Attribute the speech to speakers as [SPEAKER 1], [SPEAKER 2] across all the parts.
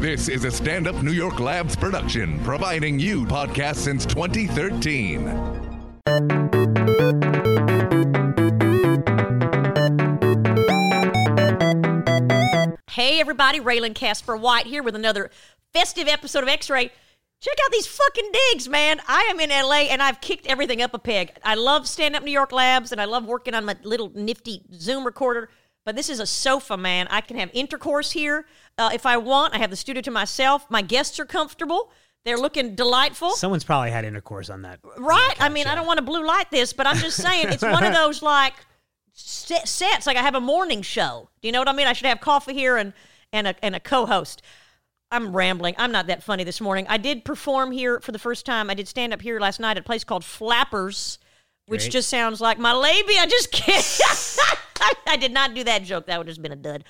[SPEAKER 1] This is a stand up New York Labs production, providing you podcasts since 2013.
[SPEAKER 2] Hey, everybody, Raylan Casper White here with another festive episode of X Ray. Check out these fucking digs, man. I am in LA and I've kicked everything up a peg. I love Stand Up New York Labs and I love working on my little nifty Zoom recorder, but this is a sofa, man. I can have intercourse here uh, if I want. I have the studio to myself. My guests are comfortable, they're looking delightful.
[SPEAKER 3] Someone's probably had intercourse on that.
[SPEAKER 2] Right. I mean, I don't want to blue light this, but I'm just saying it's one of those like set, sets. Like I have a morning show. Do you know what I mean? I should have coffee here and and a and a co-host. I'm rambling. I'm not that funny this morning. I did perform here for the first time. I did stand up here last night at a place called Flappers, which
[SPEAKER 3] Great.
[SPEAKER 2] just sounds like my labia. Just kidding. I did not do that joke. That would have just been a dud.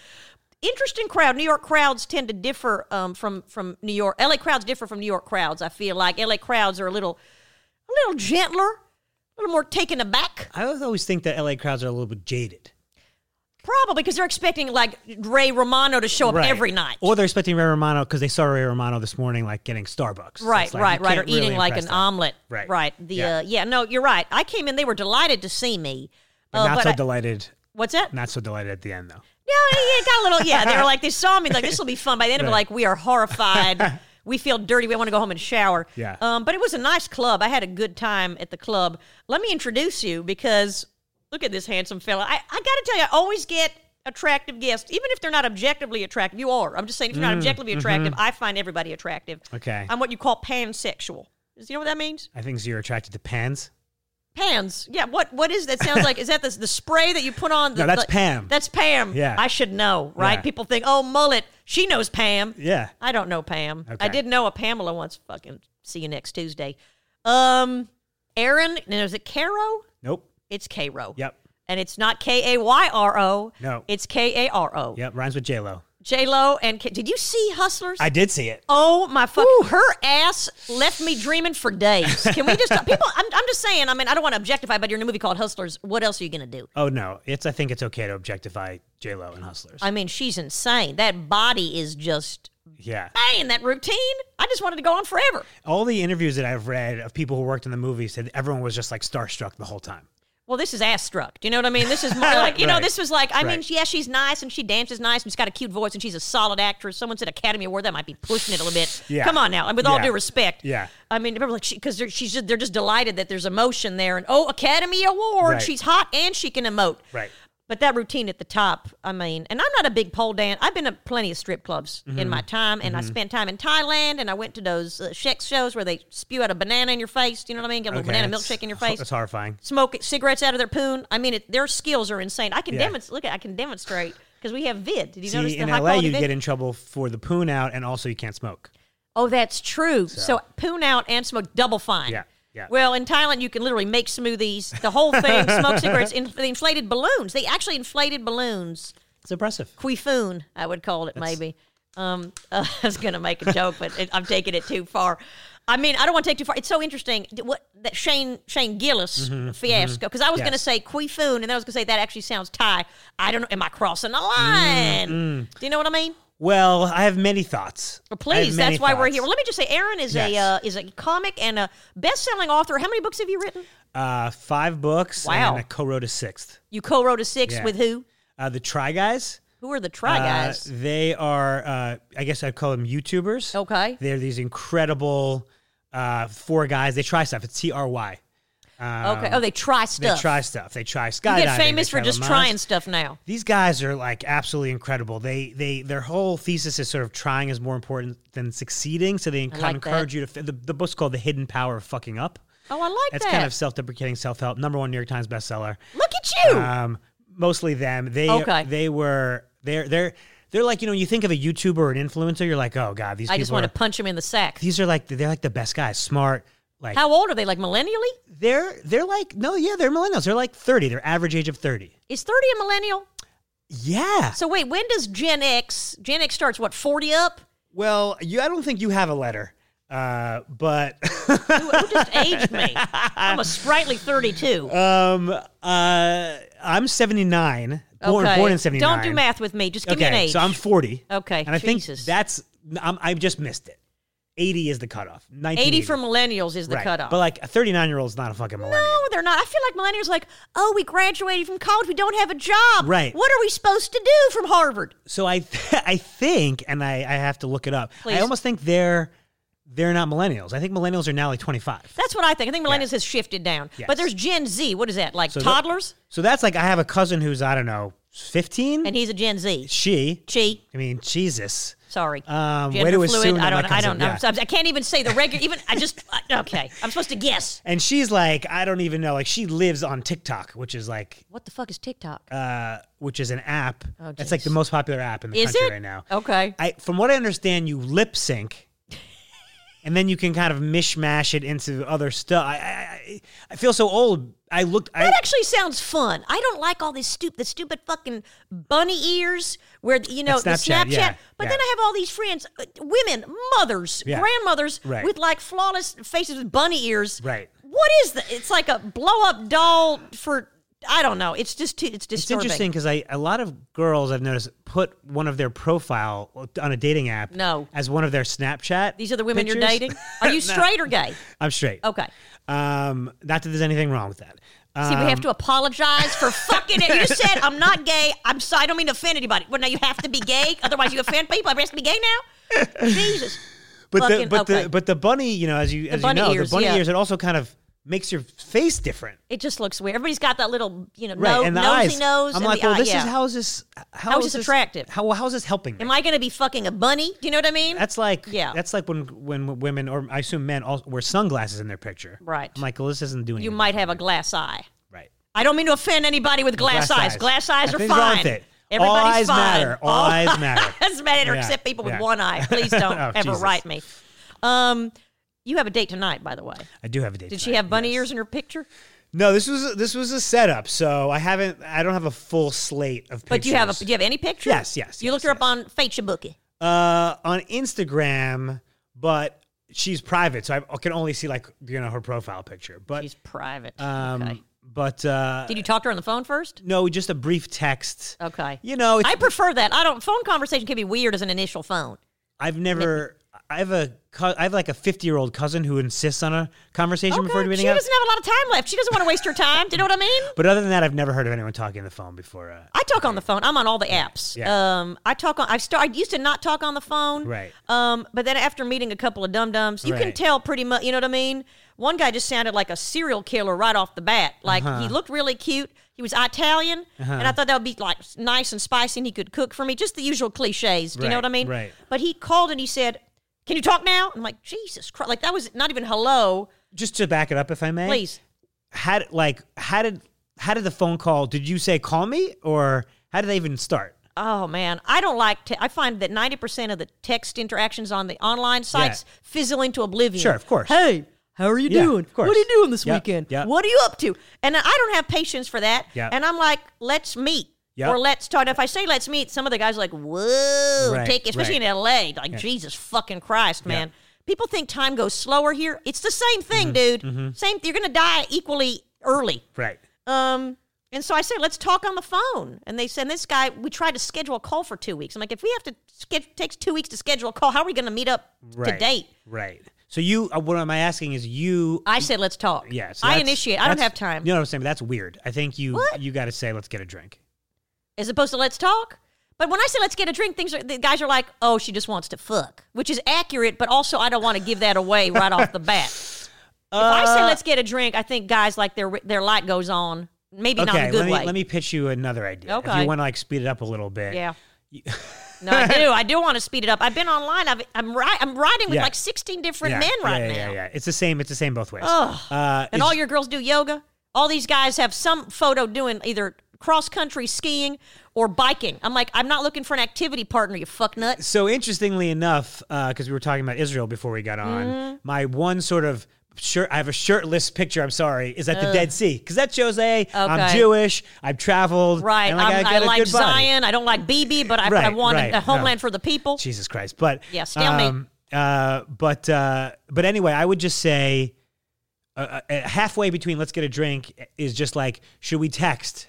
[SPEAKER 2] Interesting crowd. New York crowds tend to differ um, from from New York. LA crowds differ from New York crowds. I feel like LA crowds are a little a little gentler, a little more taken aback,
[SPEAKER 3] I always think that LA crowds are a little bit jaded.
[SPEAKER 2] probably because they're expecting like Ray Romano to show up
[SPEAKER 3] Right.
[SPEAKER 2] every night.
[SPEAKER 3] Or they're expecting Ray Romano because they saw Ray Romano this morning, like getting Starbucks. So
[SPEAKER 2] right,
[SPEAKER 3] it's like,
[SPEAKER 2] right,
[SPEAKER 3] you
[SPEAKER 2] right, or
[SPEAKER 3] can't
[SPEAKER 2] eating
[SPEAKER 3] really
[SPEAKER 2] like an
[SPEAKER 3] impress them.
[SPEAKER 2] omelet.
[SPEAKER 3] Right.
[SPEAKER 2] right. The yeah.
[SPEAKER 3] Yeah.
[SPEAKER 2] Uh, yeah, no, you're right. I came in; they were delighted to see me. Uh,
[SPEAKER 3] But not
[SPEAKER 2] but
[SPEAKER 3] so
[SPEAKER 2] I-
[SPEAKER 3] delighted.
[SPEAKER 2] What's that?
[SPEAKER 3] Not so delighted at the end though.
[SPEAKER 2] Yeah, yeah, it got a little. Yeah, they were like, they saw me like this will be fun. By the end of it,
[SPEAKER 3] Right.
[SPEAKER 2] like we are horrified. we feel dirty. We want to go home and shower.
[SPEAKER 3] Yeah.
[SPEAKER 2] Um, but it was a nice club. I had a good time at the club. Let me introduce you because look at this handsome fella. I, I got to tell you, I always get attractive guests, even if they're not objectively attractive. You are. I'm just saying, if you're not objectively attractive, I find everybody attractive.
[SPEAKER 3] Mm, mm-hmm. Okay.
[SPEAKER 2] I'm what you call pansexual. Do you know what that means?
[SPEAKER 3] I think so you're attracted to pans.
[SPEAKER 2] Pans. Yeah. What What is that? Sounds like is that the, the spray that you put on? The,
[SPEAKER 3] No, that's
[SPEAKER 2] the-
[SPEAKER 3] Pam.
[SPEAKER 2] That's Pam.
[SPEAKER 3] Yeah.
[SPEAKER 2] I should know, right?
[SPEAKER 3] Yeah.
[SPEAKER 2] People think, oh, mullet. She knows Pam.
[SPEAKER 3] Yeah.
[SPEAKER 2] I don't know Pam. I
[SPEAKER 3] Okay.
[SPEAKER 2] did know a Pamela once. Fucking see you next Tuesday. Um, Aaron. No, is it Caro?
[SPEAKER 3] Nope.
[SPEAKER 2] It's Caro.
[SPEAKER 3] Yep.
[SPEAKER 2] And it's not K A Y R O.
[SPEAKER 3] No.
[SPEAKER 2] It's K A R O.
[SPEAKER 3] Yep. Rhymes with J Lo.
[SPEAKER 2] J Lo and K- did you see Hustlers?
[SPEAKER 3] I did see it.
[SPEAKER 2] Oh my fuck! Her ass left me dreaming for days. Can we just people? I'm, I'm just saying. I mean, I don't want to objectify, but you're in a movie called Hustlers. What else are you gonna do?
[SPEAKER 3] Oh no. It's I think it's okay to objectify J Lo and hustlers.
[SPEAKER 2] I mean, she's insane. That body is just
[SPEAKER 3] yeah.
[SPEAKER 2] bang. That routine. I just wanted to go on forever.
[SPEAKER 3] All the interviews that I've read of people who worked in the movie said everyone was just like starstruck the whole time.
[SPEAKER 2] Well, this is ass struck. Do you know what I mean? This is more like you know.
[SPEAKER 3] Right.
[SPEAKER 2] This was like I mean,
[SPEAKER 3] Right.
[SPEAKER 2] yeah, she's nice and she dances nice and she's got a cute voice and she's a solid actress. Someone said Academy Award. That might be pushing it a little bit.
[SPEAKER 3] Yeah.
[SPEAKER 2] Come on now. And with all
[SPEAKER 3] Yeah.
[SPEAKER 2] due respect.
[SPEAKER 3] Yeah.
[SPEAKER 2] I mean, remember, like, because they're, she's just, they're just delighted that there's emotion there, and oh, Academy Award,
[SPEAKER 3] Right.
[SPEAKER 2] she's hot and she can emote.
[SPEAKER 3] Right.
[SPEAKER 2] But that routine at the top, I mean, and I'm not a big pole dance. I've been to plenty of strip clubs in
[SPEAKER 3] Mm-hmm.
[SPEAKER 2] my time, and I spent time in Thailand, and I went to those uh, sex shows where they spew out a banana in your face. You know what I mean? Get a little banana
[SPEAKER 3] that's-
[SPEAKER 2] milkshake in your face.
[SPEAKER 3] That's horrifying.
[SPEAKER 2] Smoke cigarettes out of their poon. I mean, it, their skills are insane. I can
[SPEAKER 3] Yeah.
[SPEAKER 2] demonstrate. Look, I can demonstrate because we have vid. Did you notice
[SPEAKER 3] See,
[SPEAKER 2] the
[SPEAKER 3] in
[SPEAKER 2] high
[SPEAKER 3] LA,
[SPEAKER 2] quality
[SPEAKER 3] you
[SPEAKER 2] vid?
[SPEAKER 3] get in trouble for the poon out, and also you can't smoke.
[SPEAKER 2] Oh, that's true. So, poon out and smoke double fine.
[SPEAKER 3] Yeah, yeah.
[SPEAKER 2] Well, in Thailand, you can literally make smoothies, the whole thing, smoke cigarettes, in, the inflated balloons. They actually inflated balloons.
[SPEAKER 3] It's impressive.
[SPEAKER 2] Quifoon, I would call it maybe. Um, uh, I was going to make a joke, but it, I'm taking it too far. I mean, I don't want to take too far. It's so interesting d- what that Shane Shane Gillis fiasco because I was going to
[SPEAKER 3] Mm-hmm, Yes.
[SPEAKER 2] say Quifoon, and then I was going to say that actually sounds Thai. I don't know. Am I crossing the
[SPEAKER 3] Mm-hmm,
[SPEAKER 2] line? Do you know what I mean?
[SPEAKER 3] Well, I have many thoughts.
[SPEAKER 2] Well,
[SPEAKER 3] mm. I have
[SPEAKER 2] please,
[SPEAKER 3] many
[SPEAKER 2] that's why we're
[SPEAKER 3] thoughts.
[SPEAKER 2] here. Well, let me just say, Aaron is a
[SPEAKER 3] Yes.
[SPEAKER 2] uh, is a comic and a best selling author. How many books have you written?
[SPEAKER 3] Uh, five books.
[SPEAKER 2] Wow.
[SPEAKER 3] And I co-wrote a sixth.
[SPEAKER 2] You co-wrote a six
[SPEAKER 3] Yeah.
[SPEAKER 2] with who?
[SPEAKER 3] Uh, the Try Guys.
[SPEAKER 2] Who are the Try
[SPEAKER 3] uh,
[SPEAKER 2] Guys?
[SPEAKER 3] They are, uh, I guess I'd call them YouTubers.
[SPEAKER 2] Okay.
[SPEAKER 3] They're these incredible uh, four guys. They try stuff. It's T R Y.
[SPEAKER 2] okay. Oh, they try
[SPEAKER 3] um, They
[SPEAKER 2] stuff.
[SPEAKER 3] try stuff. They try skydiving.
[SPEAKER 2] you get
[SPEAKER 3] they
[SPEAKER 2] famous for
[SPEAKER 3] try
[SPEAKER 2] just
[SPEAKER 3] Lamaze.
[SPEAKER 2] trying stuff now.
[SPEAKER 3] These guys are like absolutely incredible. They they their whole thesis is sort of trying is more important than succeeding. So they kind
[SPEAKER 2] like
[SPEAKER 3] of encourage you to. f- The, the book's called The Hidden Power of Fucking Up.
[SPEAKER 2] Oh, I like
[SPEAKER 3] It's
[SPEAKER 2] that.
[SPEAKER 3] kind of self-deprecating self-help. Number one New York Times bestseller.
[SPEAKER 2] Look at you.
[SPEAKER 3] Um, mostly them. They
[SPEAKER 2] Okay.
[SPEAKER 3] they were they're they're they're like you know when you think of a YouTuber or an influencer, you're like oh god these
[SPEAKER 2] I
[SPEAKER 3] people
[SPEAKER 2] just want
[SPEAKER 3] are,
[SPEAKER 2] to punch him in the sack.
[SPEAKER 3] these are like they're like the best guys, smart. Like
[SPEAKER 2] How old are they? Like millennially?
[SPEAKER 3] they're they're like no yeah they're millennials. They're like thirty. They're average age of thirty.
[SPEAKER 2] Is 30 a millennial?
[SPEAKER 3] Yeah.
[SPEAKER 2] So wait, when does Gen X? Gen X starts what, 40 up?
[SPEAKER 3] Well, you I don't think you have a letter, uh, but
[SPEAKER 2] Who, who just aged me? I'm a sprightly 32.
[SPEAKER 3] um, uh, I'm 79. Born
[SPEAKER 2] okay.
[SPEAKER 3] born in 79.
[SPEAKER 2] Don't do math with me. Just give
[SPEAKER 3] Okay,
[SPEAKER 2] me an age.
[SPEAKER 3] so I'm 40.
[SPEAKER 2] Okay,
[SPEAKER 3] and I
[SPEAKER 2] Jesus.
[SPEAKER 3] think that's I'm, I just missed it. 80 is the cutoff.
[SPEAKER 2] 80
[SPEAKER 3] 1980.
[SPEAKER 2] for millennials is the
[SPEAKER 3] Right.
[SPEAKER 2] cutoff.
[SPEAKER 3] But like a 39 year old is not a fucking millennial.
[SPEAKER 2] no, they're not. I feel like millennials are like, oh, we graduated from college. We don't have a job.
[SPEAKER 3] Right.
[SPEAKER 2] What are we supposed to do from Harvard?
[SPEAKER 3] So I th- I think, and I, I have to look it up.
[SPEAKER 2] Please.
[SPEAKER 3] I almost think they're they're not millennials. I think millennials are now like 25.
[SPEAKER 2] That's what I think. I think millennials has shifted down.
[SPEAKER 3] Yes.
[SPEAKER 2] But there's Gen Z. What is that? Like
[SPEAKER 3] that-
[SPEAKER 2] toddlers?
[SPEAKER 3] So that's like I have a cousin who's I don't know 15.
[SPEAKER 2] and he's a Gen Z.
[SPEAKER 3] she,
[SPEAKER 2] She.
[SPEAKER 3] I mean Jesus.
[SPEAKER 2] Sorry.
[SPEAKER 3] Um, way
[SPEAKER 2] Gender
[SPEAKER 3] to assume that
[SPEAKER 2] I
[SPEAKER 3] that
[SPEAKER 2] don't. I
[SPEAKER 3] comes
[SPEAKER 2] don't.
[SPEAKER 3] up,
[SPEAKER 2] I'm so-
[SPEAKER 3] yeah.
[SPEAKER 2] I can't even say the regular. Even I just. I- okay. I'm supposed to guess.
[SPEAKER 3] And she's like I don't even know. Like she lives on TikTok, which is like
[SPEAKER 2] What the fuck is TikTok?
[SPEAKER 3] uh, which is an app.
[SPEAKER 2] Oh,
[SPEAKER 3] that's like
[SPEAKER 2] jeez.
[SPEAKER 3] the most popular app in the
[SPEAKER 2] is
[SPEAKER 3] country
[SPEAKER 2] it
[SPEAKER 3] right now.
[SPEAKER 2] Okay.
[SPEAKER 3] I, from what I understand, you lip sync, and then you can kind of mishmash it into other stuff. I, I, I- I feel so old. I looked. I,
[SPEAKER 2] that actually sounds fun. I don't like all this stupid, the stupid fucking bunny ears where you know
[SPEAKER 3] Snapchat,
[SPEAKER 2] the Snapchat.
[SPEAKER 3] yeah,
[SPEAKER 2] but
[SPEAKER 3] yeah.
[SPEAKER 2] then I have all these friends, uh, women, mothers,
[SPEAKER 3] Yeah.
[SPEAKER 2] grandmothers
[SPEAKER 3] Right.
[SPEAKER 2] with like flawless faces with bunny ears.
[SPEAKER 3] Right.
[SPEAKER 2] What is that? It's like a blow up doll for I don't know. It's just too, it's
[SPEAKER 3] it's
[SPEAKER 2] disturbing.
[SPEAKER 3] interesting because I a lot of girls I've noticed put one of their profile on a dating app.
[SPEAKER 2] No.
[SPEAKER 3] as one of their Snapchat.
[SPEAKER 2] These are the women you're
[SPEAKER 3] pictures.
[SPEAKER 2] dating. Are you straight or gay?
[SPEAKER 3] I'm straight.
[SPEAKER 2] Okay.
[SPEAKER 3] Um, not that there's anything wrong with that.
[SPEAKER 2] See, we
[SPEAKER 3] Um,
[SPEAKER 2] have to apologize for fucking it. You said I'm not gay. I'm sorry. I don't mean to offend anybody. Well, now you have to be gay, otherwise you offend people. I have to be gay now. Jesus.
[SPEAKER 3] But
[SPEAKER 2] Fucking-
[SPEAKER 3] the but
[SPEAKER 2] okay.
[SPEAKER 3] the but the bunny, you know, as you as you
[SPEAKER 2] bunny
[SPEAKER 3] know,
[SPEAKER 2] ears,
[SPEAKER 3] the bunny
[SPEAKER 2] yeah.
[SPEAKER 3] ears, it also kind of makes your face different.
[SPEAKER 2] It just looks weird. Everybody's got that little, you know,
[SPEAKER 3] right?
[SPEAKER 2] no,
[SPEAKER 3] and the
[SPEAKER 2] nosy
[SPEAKER 3] eyes.
[SPEAKER 2] nose.
[SPEAKER 3] I'm
[SPEAKER 2] and
[SPEAKER 3] like,
[SPEAKER 2] the
[SPEAKER 3] well,
[SPEAKER 2] eye.
[SPEAKER 3] this
[SPEAKER 2] yeah.
[SPEAKER 3] is how is this? How,
[SPEAKER 2] How is this attractive?
[SPEAKER 3] How how is this helping? Me?
[SPEAKER 2] Am I going to be fucking a bunny? Do you know what I mean?
[SPEAKER 3] that's like
[SPEAKER 2] Yeah.
[SPEAKER 3] That's like when when women or I assume men also wear sunglasses in their picture.
[SPEAKER 2] Right.
[SPEAKER 3] I'm like, well, this isn't doing.
[SPEAKER 2] you
[SPEAKER 3] anything.
[SPEAKER 2] might have a glass eye.
[SPEAKER 3] Right.
[SPEAKER 2] I don't mean to offend anybody with glass, eyes. Glass eyes are
[SPEAKER 3] Nothing's wrong
[SPEAKER 2] fine.
[SPEAKER 3] with it. All
[SPEAKER 2] Everybody's
[SPEAKER 3] eyes
[SPEAKER 2] fine.
[SPEAKER 3] matter. All, eyes matter.
[SPEAKER 2] doesn't matter
[SPEAKER 3] Yeah,
[SPEAKER 2] except people with
[SPEAKER 3] yeah.
[SPEAKER 2] one eye. Please don't
[SPEAKER 3] Oh,
[SPEAKER 2] ever
[SPEAKER 3] Jesus.
[SPEAKER 2] write me. Um, you have a date tonight, by the way.
[SPEAKER 3] I do have a date.
[SPEAKER 2] Did she have bunny ears in her picture?
[SPEAKER 3] No, this was this was a setup. So I haven't. I don't have a full slate of. Pictures.
[SPEAKER 2] But do you have a, do you have any pictures?
[SPEAKER 3] Yes, yes,
[SPEAKER 2] You
[SPEAKER 3] yes,
[SPEAKER 2] looked her up on Facebook.
[SPEAKER 3] uh, on Instagram, but she's private, so I can only see like you know her profile picture. But
[SPEAKER 2] She's private.
[SPEAKER 3] um,
[SPEAKER 2] okay.
[SPEAKER 3] but uh,
[SPEAKER 2] Did you talk to her on the phone first?
[SPEAKER 3] no, just a brief text.
[SPEAKER 2] Okay.
[SPEAKER 3] You know, it's,
[SPEAKER 2] I prefer that. I don't. Phone conversation can be weird as an initial phone.
[SPEAKER 3] I've never. I have a. cou- I have like a fifty-year-old cousin who insists on a conversation before
[SPEAKER 2] Okay,
[SPEAKER 3] meeting
[SPEAKER 2] she
[SPEAKER 3] up.
[SPEAKER 2] doesn't have a lot of time left. She doesn't want to waste her time. Do you know what I mean?
[SPEAKER 3] But other than that, I've never heard of anyone talking on the phone before. Uh,
[SPEAKER 2] I talk on the phone. I'm on all the apps.
[SPEAKER 3] Yeah.
[SPEAKER 2] Um, I talk on. I start. I used to not talk on the phone.
[SPEAKER 3] Right.
[SPEAKER 2] Um, but then after meeting a couple of dum dums, you can
[SPEAKER 3] Right.
[SPEAKER 2] tell pretty much. You know what I mean? One guy just sounded like a serial killer right off the bat. Like
[SPEAKER 3] Uh-huh.
[SPEAKER 2] he looked really cute. He was Italian, and I thought that would be like nice and spicy, and he could cook for me. Just the usual cliches. Do you know
[SPEAKER 3] Right,
[SPEAKER 2] what I mean?
[SPEAKER 3] right.
[SPEAKER 2] But he called and he said, "Can you talk now?" I'm like, Jesus Christ! Like that was not even hello.
[SPEAKER 3] just to back it up, if I may,
[SPEAKER 2] Please.
[SPEAKER 3] How did like how did how did the phone call? Did you say call me or how did they even start?
[SPEAKER 2] Oh man, I don't like. Te- I find that ninety percent of the text interactions on the online sites fizzle into oblivion.
[SPEAKER 3] Sure, of course.
[SPEAKER 2] Hey, how are you
[SPEAKER 3] Yeah,
[SPEAKER 2] doing?
[SPEAKER 3] of course.
[SPEAKER 2] What are you doing this
[SPEAKER 3] Yep,
[SPEAKER 2] weekend?
[SPEAKER 3] yep.
[SPEAKER 2] What are you up to? And I don't have patience for that.
[SPEAKER 3] Yep.
[SPEAKER 2] And I'm like, let's meet.
[SPEAKER 3] Yep.
[SPEAKER 2] Or let's talk. If I say let's meet, some of the guys are like, whoa,
[SPEAKER 3] Right,
[SPEAKER 2] take especially
[SPEAKER 3] right.
[SPEAKER 2] in LA, like Jesus fucking Christ, man. People think time goes slower here. It's the same thing,
[SPEAKER 3] Mm-hmm.
[SPEAKER 2] dude. Same. You're gonna die equally early.
[SPEAKER 3] Right.
[SPEAKER 2] Um, and so I said, let's talk on the phone. And they said, this guy, we tried to schedule a call for two weeks. I'm like, if we have to, ske- it takes two weeks to schedule a call, how are we going to meet up
[SPEAKER 3] Right.
[SPEAKER 2] to date?
[SPEAKER 3] Right. So you, uh, what am I asking is you?
[SPEAKER 2] I said, let's talk.
[SPEAKER 3] yeah, so
[SPEAKER 2] I
[SPEAKER 3] that's-
[SPEAKER 2] initiate. I don't
[SPEAKER 3] that's-
[SPEAKER 2] have time.
[SPEAKER 3] You know what I'm saying? But that's weird. I think you you got to say let's get a drink.
[SPEAKER 2] As opposed to let's talk. But when I say let's get a drink, things are, the guys are like, oh, she just wants to fuck, which is accurate, but also I don't want to give that away right off the bat. If I
[SPEAKER 3] Uh,
[SPEAKER 2] say let's get a drink, I think guys like their their light goes on, maybe not in a
[SPEAKER 3] Okay.
[SPEAKER 2] good
[SPEAKER 3] Let me
[SPEAKER 2] way.
[SPEAKER 3] let me pitch you another idea. If
[SPEAKER 2] Okay.
[SPEAKER 3] you want to like speed it up a little bit.
[SPEAKER 2] Yeah. no, I do. I do want to speed it up. I've been online. I've, I'm ri- I'm riding with
[SPEAKER 3] Yeah.
[SPEAKER 2] like 16 different
[SPEAKER 3] Yeah,
[SPEAKER 2] men
[SPEAKER 3] yeah,
[SPEAKER 2] right
[SPEAKER 3] yeah,
[SPEAKER 2] now.
[SPEAKER 3] Yeah, yeah. It's the same. It's the same both ways.
[SPEAKER 2] Ugh.
[SPEAKER 3] Uh,
[SPEAKER 2] And
[SPEAKER 3] is-
[SPEAKER 2] all your girls do yoga. All these guys have some photo doing either cross country skiing or biking. I'm like, I'm not looking for an activity partner. You fuck nut.
[SPEAKER 3] so interestingly enough, because we were talking about Israel before we got on,
[SPEAKER 2] Mm-hmm.
[SPEAKER 3] my one sort of shirt I have a shirtless picture. I'm sorry, is at the Dead Sea because that shows a
[SPEAKER 2] Okay.
[SPEAKER 3] am Jewish, I've traveled,
[SPEAKER 2] Right.
[SPEAKER 3] and, like,
[SPEAKER 2] I'm,
[SPEAKER 3] I
[SPEAKER 2] I
[SPEAKER 3] got a
[SPEAKER 2] like
[SPEAKER 3] good body.
[SPEAKER 2] Zion. I don't like BB, but I, I
[SPEAKER 3] Right,
[SPEAKER 2] want a-
[SPEAKER 3] right,
[SPEAKER 2] a,
[SPEAKER 3] no.
[SPEAKER 2] homeland for the people.
[SPEAKER 3] Jesus Christ. But
[SPEAKER 2] Yeah, stalemate.
[SPEAKER 3] uh, but uh, but anyway, I would just say uh, uh, halfway between let's get a drink is just like should we text?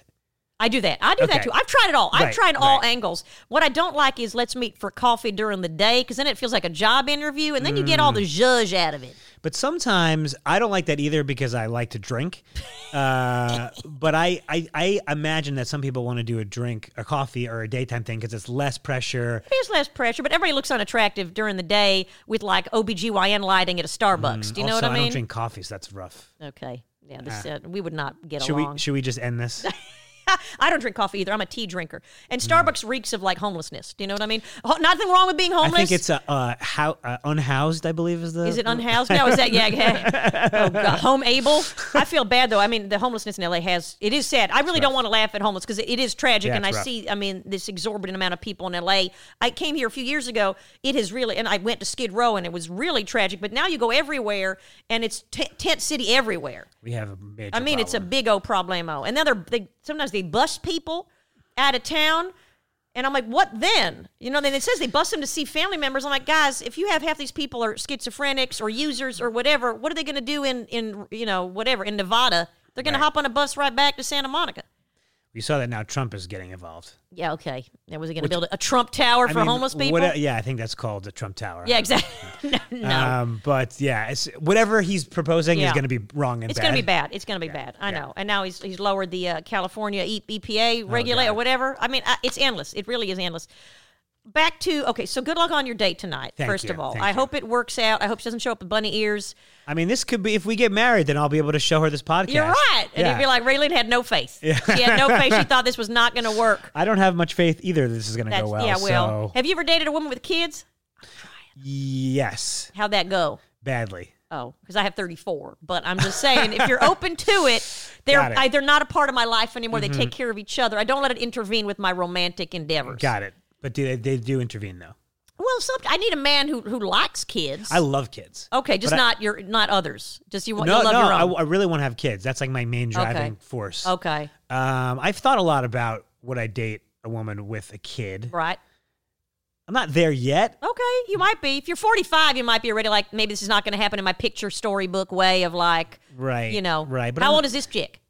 [SPEAKER 2] I do that. I do
[SPEAKER 3] Okay.
[SPEAKER 2] that too. I've tried it all.
[SPEAKER 3] Right,
[SPEAKER 2] I've tried all
[SPEAKER 3] right.
[SPEAKER 2] angles. What I don't like is let's meet for coffee during the day because then it feels like a job interview and then you get
[SPEAKER 3] Mm.
[SPEAKER 2] all the zhuzh out of it.
[SPEAKER 3] But sometimes I don't like that either because I like to drink. Uh, but I, I, I imagine that some people want to do a drink, a coffee, or a daytime thing because it's less pressure.
[SPEAKER 2] There's less pressure, but everybody looks unattractive during the day with like OBGYN lighting at a Starbucks. Do you know
[SPEAKER 3] Mm, also,
[SPEAKER 2] what I
[SPEAKER 3] I
[SPEAKER 2] mean?
[SPEAKER 3] don't drink coffee, so that's rough.
[SPEAKER 2] Okay. Yeah, this, uh, we would not get
[SPEAKER 3] Should
[SPEAKER 2] along.
[SPEAKER 3] we should we just end this?
[SPEAKER 2] I don't drink coffee either. I'm a tea drinker. And
[SPEAKER 3] Mm.
[SPEAKER 2] Starbucks reeks of like homelessness. Do you know what I mean? Ho- nothing wrong with being
[SPEAKER 3] I
[SPEAKER 2] homeless.
[SPEAKER 3] think it's uh, uh, how, uh, unhoused. I believe is the
[SPEAKER 2] Is it unhoused now? Is that yeah? yeah. Oh God, home able. I feel bad though. I mean, the homelessness in LA has it is sad. I really don't want to laugh at homeless because it is tragic,
[SPEAKER 3] Yeah,
[SPEAKER 2] and I
[SPEAKER 3] it's rough.
[SPEAKER 2] see. I mean, this exorbitant amount of people in LA. I came here a few years ago. It has really, and I went to Skid Row, and it was really tragic. But now you go everywhere, and it's t- tent city everywhere.
[SPEAKER 3] we have a major.
[SPEAKER 2] I mean, it's a
[SPEAKER 3] problem.
[SPEAKER 2] big old problemo. And now they're they sometimes they bus people out of town. And I'm like, what then? You know, then it says they bus them to see family members. I'm like, guys, if you have half these people are schizophrenics or users or whatever, what are they going to do in in you know whatever in Nevada? They're going
[SPEAKER 3] Right.
[SPEAKER 2] to hop on a bus right back to Santa Monica.
[SPEAKER 3] We saw that now. Trump is getting involved.
[SPEAKER 2] Yeah, okay. Now was he going to build a, a Trump Tower for
[SPEAKER 3] I mean,
[SPEAKER 2] homeless people?
[SPEAKER 3] what- yeah, I think that's called the Trump Tower.
[SPEAKER 2] yeah, exactly. no, no.
[SPEAKER 3] Um, but yeah, it's, whatever he's proposing is
[SPEAKER 2] Yeah.
[SPEAKER 3] going to be wrong and
[SPEAKER 2] It's
[SPEAKER 3] bad.
[SPEAKER 2] going to be bad. It's going to be bad. I
[SPEAKER 3] yeah. Oh,
[SPEAKER 2] know. And now he's he's lowered the uh, California E- EPA regulate or
[SPEAKER 3] God.
[SPEAKER 2] whatever. I mean, I, it's endless. It really is endless. Back to okay. So good luck on your date tonight.
[SPEAKER 3] Thank
[SPEAKER 2] first
[SPEAKER 3] you.
[SPEAKER 2] of all,
[SPEAKER 3] Thank
[SPEAKER 2] I
[SPEAKER 3] you.
[SPEAKER 2] hope it works out. I hope she doesn't show up with bunny ears.
[SPEAKER 3] I mean, this could be if we get married, then I'll be able to show her this podcast.
[SPEAKER 2] You're right. And
[SPEAKER 3] Yeah.
[SPEAKER 2] you'd be like, Raylene had no faith. She had no faith. She thought this was not going to work.
[SPEAKER 3] I don't have much faith either. That this is going to
[SPEAKER 2] That's
[SPEAKER 3] go well.
[SPEAKER 2] yeah. Well,
[SPEAKER 3] so
[SPEAKER 2] have you ever dated a woman with kids?
[SPEAKER 3] yes,
[SPEAKER 2] How'd that go?
[SPEAKER 3] badly.
[SPEAKER 2] Oh, because I have 34. But I'm just saying, if you're open to it, they're
[SPEAKER 3] Got it. Mm-hmm.
[SPEAKER 2] I, they're not a part of my life anymore. They take care of each other. I don't let it intervene with my romantic endeavors.
[SPEAKER 3] Got it. But do they, they do intervene though.
[SPEAKER 2] Well, some, I need a man who who likes kids.
[SPEAKER 3] I love kids.
[SPEAKER 2] okay, just
[SPEAKER 3] but I-
[SPEAKER 2] not your not others. Just you want
[SPEAKER 3] no,
[SPEAKER 2] you Oh, love
[SPEAKER 3] no,
[SPEAKER 2] your
[SPEAKER 3] I,
[SPEAKER 2] own. Oh.
[SPEAKER 3] I really want to have kids. That's like my main driving force.
[SPEAKER 2] okay,
[SPEAKER 3] Um, I've thought a lot about would I date a woman with a kid.
[SPEAKER 2] right.
[SPEAKER 3] I'm not there yet.
[SPEAKER 2] Okay, you might be. If you're 45, you might be already like maybe this is not going to happen in my picture storybook way of like,
[SPEAKER 3] Right.
[SPEAKER 2] you know,
[SPEAKER 3] Right. But
[SPEAKER 2] how
[SPEAKER 3] I'm-
[SPEAKER 2] old is this chick?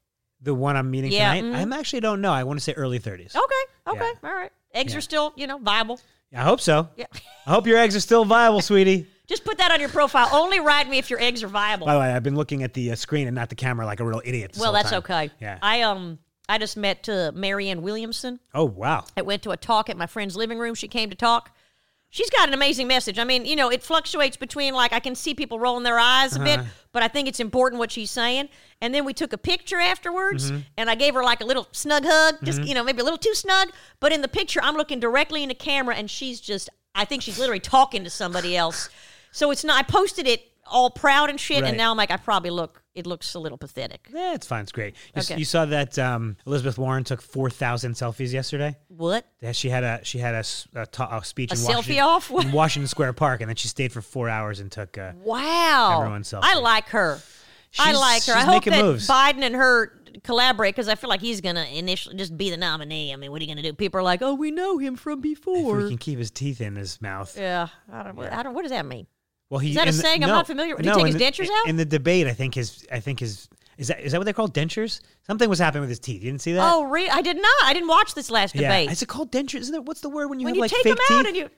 [SPEAKER 3] the one I'm meeting
[SPEAKER 2] Yeah, mm-hmm. Oh.
[SPEAKER 3] tonight? I'm actually don't know. I want to say early 30s.
[SPEAKER 2] Okay, okay,
[SPEAKER 3] Yeah.
[SPEAKER 2] all right. Eggs
[SPEAKER 3] Yeah.
[SPEAKER 2] are still you know viable.
[SPEAKER 3] I hope so.
[SPEAKER 2] Yeah.
[SPEAKER 3] I hope your eggs are still viable, sweetie.
[SPEAKER 2] Just put that on your profile. Only write me if your eggs are viable.
[SPEAKER 3] By the way, I've been looking at the uh, screen and not the camera like a real idiot. this
[SPEAKER 2] Well,
[SPEAKER 3] whole
[SPEAKER 2] that's
[SPEAKER 3] time.
[SPEAKER 2] okay.
[SPEAKER 3] Yeah.
[SPEAKER 2] I um I just met uh, Marianne Williamson.
[SPEAKER 3] oh wow.
[SPEAKER 2] I went to a talk at my friend's living room. She came to talk. She's got an amazing message. I mean, you know, it fluctuates between like I can see people rolling their eyes a bit,
[SPEAKER 3] Uh-huh.
[SPEAKER 2] but I think it's important what she's saying. And then we took a picture afterwards,
[SPEAKER 3] Mm-hmm.
[SPEAKER 2] and I gave her like a little snug hug, just you know, maybe a little too snug. But in the picture, I'm looking directly in the camera, and she's just, I think she's literally talking to somebody else. So it's not. I posted it all proud and shit,
[SPEAKER 3] Right.
[SPEAKER 2] and now I'm like, I probably look. It looks a little pathetic.
[SPEAKER 3] Yeah, Eh, it's fine. It's great. You, s-
[SPEAKER 2] Okay.
[SPEAKER 3] you saw that um, Elizabeth Warren took four thousand selfies yesterday.
[SPEAKER 2] What?
[SPEAKER 3] Yeah, she had a she had a, s- a ta- a speech
[SPEAKER 2] A
[SPEAKER 3] in
[SPEAKER 2] selfie
[SPEAKER 3] Washington,
[SPEAKER 2] off?
[SPEAKER 3] in Washington Square Park, and then she stayed for four hours and took. Uh,
[SPEAKER 2] Wow.
[SPEAKER 3] Everyone's selfie.
[SPEAKER 2] I like her. I
[SPEAKER 3] She's-
[SPEAKER 2] like her. I
[SPEAKER 3] she's
[SPEAKER 2] hope
[SPEAKER 3] making
[SPEAKER 2] that
[SPEAKER 3] moves.
[SPEAKER 2] Biden and her collaborate because I feel like he's going to initially just be the nominee. I mean, what are you going to do? People are like, oh, we know him from
[SPEAKER 3] if
[SPEAKER 2] before.
[SPEAKER 3] he can keep his teeth in his mouth.
[SPEAKER 2] Yeah. I don't, I don't, what does that mean?
[SPEAKER 3] Well, he
[SPEAKER 2] Is that a
[SPEAKER 3] in the-
[SPEAKER 2] saying? I'm
[SPEAKER 3] no,
[SPEAKER 2] not familiar with- did he
[SPEAKER 3] no,
[SPEAKER 2] take
[SPEAKER 3] in
[SPEAKER 2] his
[SPEAKER 3] the-
[SPEAKER 2] dentures out?
[SPEAKER 3] In the debate, I think his I think his is that is that what they call dentures? Something was happening with his teeth. You didn't see that?
[SPEAKER 2] oh, re- I did not. I didn't watch this last
[SPEAKER 3] yeah.
[SPEAKER 2] debate.
[SPEAKER 3] Is it called dentures? Isn't it? What's the word when you
[SPEAKER 2] when
[SPEAKER 3] have
[SPEAKER 2] you
[SPEAKER 3] like
[SPEAKER 2] take
[SPEAKER 3] fake
[SPEAKER 2] them out
[SPEAKER 3] teeth?
[SPEAKER 2] and you.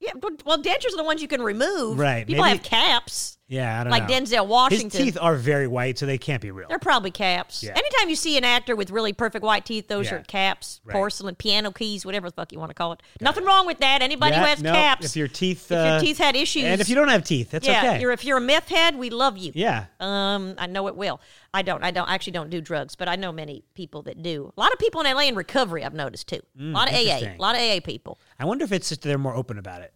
[SPEAKER 2] Yeah, but- well, dentures are the ones you can remove.
[SPEAKER 3] Right,
[SPEAKER 2] People
[SPEAKER 3] maybe-
[SPEAKER 2] have caps.
[SPEAKER 3] yeah, I don't
[SPEAKER 2] like
[SPEAKER 3] know.
[SPEAKER 2] Denzel Washington.
[SPEAKER 3] His teeth are very white, so they can't be real.
[SPEAKER 2] They're probably caps.
[SPEAKER 3] Yeah.
[SPEAKER 2] Anytime you see an actor with really perfect white teeth, those
[SPEAKER 3] Yeah.
[SPEAKER 2] are caps,
[SPEAKER 3] Right.
[SPEAKER 2] porcelain, piano keys, whatever the fuck you want to call it. Nothing wrong with that. Anybody
[SPEAKER 3] Yeah,
[SPEAKER 2] who has
[SPEAKER 3] no,
[SPEAKER 2] caps,
[SPEAKER 3] If your teeth,
[SPEAKER 2] if your
[SPEAKER 3] uh,
[SPEAKER 2] teeth had issues,
[SPEAKER 3] and if you don't have teeth, that's
[SPEAKER 2] yeah,
[SPEAKER 3] okay.
[SPEAKER 2] you're, if you're a meth head, we love you.
[SPEAKER 3] yeah,
[SPEAKER 2] Um, I know it will. I don't. I don't I actually don't do drugs, but I know many people that do. A lot of people in LA in recovery, I've noticed too. a lot of AA, a
[SPEAKER 3] Mm, interesting.
[SPEAKER 2] lot of AA people.
[SPEAKER 3] I wonder if it's just they're more open about it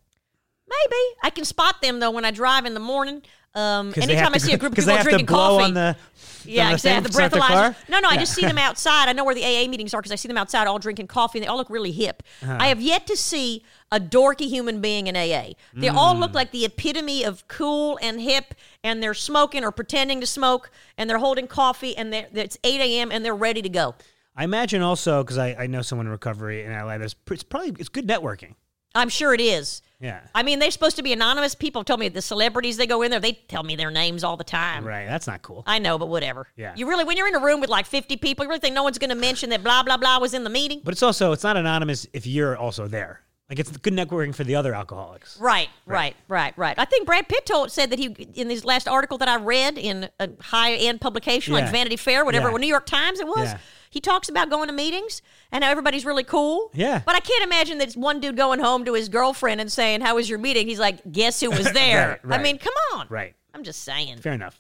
[SPEAKER 2] Maybe I can spot them though when I drive in the morning. Um,
[SPEAKER 3] because they have
[SPEAKER 2] anytime I
[SPEAKER 3] to
[SPEAKER 2] see
[SPEAKER 3] go-
[SPEAKER 2] a group of
[SPEAKER 3] 'cause they
[SPEAKER 2] people
[SPEAKER 3] have to
[SPEAKER 2] drinking
[SPEAKER 3] blow
[SPEAKER 2] coffee,
[SPEAKER 3] on the
[SPEAKER 2] Yeah,
[SPEAKER 3] on the thing
[SPEAKER 2] exactly. The
[SPEAKER 3] to start the
[SPEAKER 2] breathalyzer.
[SPEAKER 3] car?
[SPEAKER 2] no, no, I
[SPEAKER 3] Yeah.
[SPEAKER 2] just see them outside. I know where the AA meetings are because I see them outside all drinking coffee and they all look really hip.
[SPEAKER 3] Uh-huh.
[SPEAKER 2] I have yet to see a dorky human being in AA. They all
[SPEAKER 3] Mm.
[SPEAKER 2] look like the epitome of cool and hip and they're smoking or pretending to smoke and they're holding coffee and they're, it's 8 a.m. and they're ready to go.
[SPEAKER 3] I imagine also because I, I know someone in recovery in LA. There's pr- it's probably it's good networking.
[SPEAKER 2] I'm sure it is.
[SPEAKER 3] Yeah.
[SPEAKER 2] I mean, they're supposed to be anonymous. People told me the celebrities they go in there, they tell me their names all the time.
[SPEAKER 3] Right. That's not cool.
[SPEAKER 2] I know, but whatever.
[SPEAKER 3] Yeah.
[SPEAKER 2] You really, when you're in a room with like 50 people, you really think no one's going to mention that blah, blah, blah was in the meeting?
[SPEAKER 3] But it's also it's not anonymous if you're also there. Like it's good networking for the other alcoholics.
[SPEAKER 2] Right, right, right, right. I think Brad Pitt told, said that he in his last article that I read in a high-end publication like
[SPEAKER 3] Yeah.
[SPEAKER 2] Vanity Fair, whatever,
[SPEAKER 3] Yeah.
[SPEAKER 2] or New York Times it was.
[SPEAKER 3] Yeah.
[SPEAKER 2] He talks about going to meetings and how everybody's really cool.
[SPEAKER 3] Yeah.
[SPEAKER 2] But I can't imagine that it's one dude going home to his girlfriend and saying, "How was your meeting?" He's like, "Guess who was there?"
[SPEAKER 3] Right, right.
[SPEAKER 2] I mean, come on.
[SPEAKER 3] Right.
[SPEAKER 2] I'm just saying.
[SPEAKER 3] Fair enough.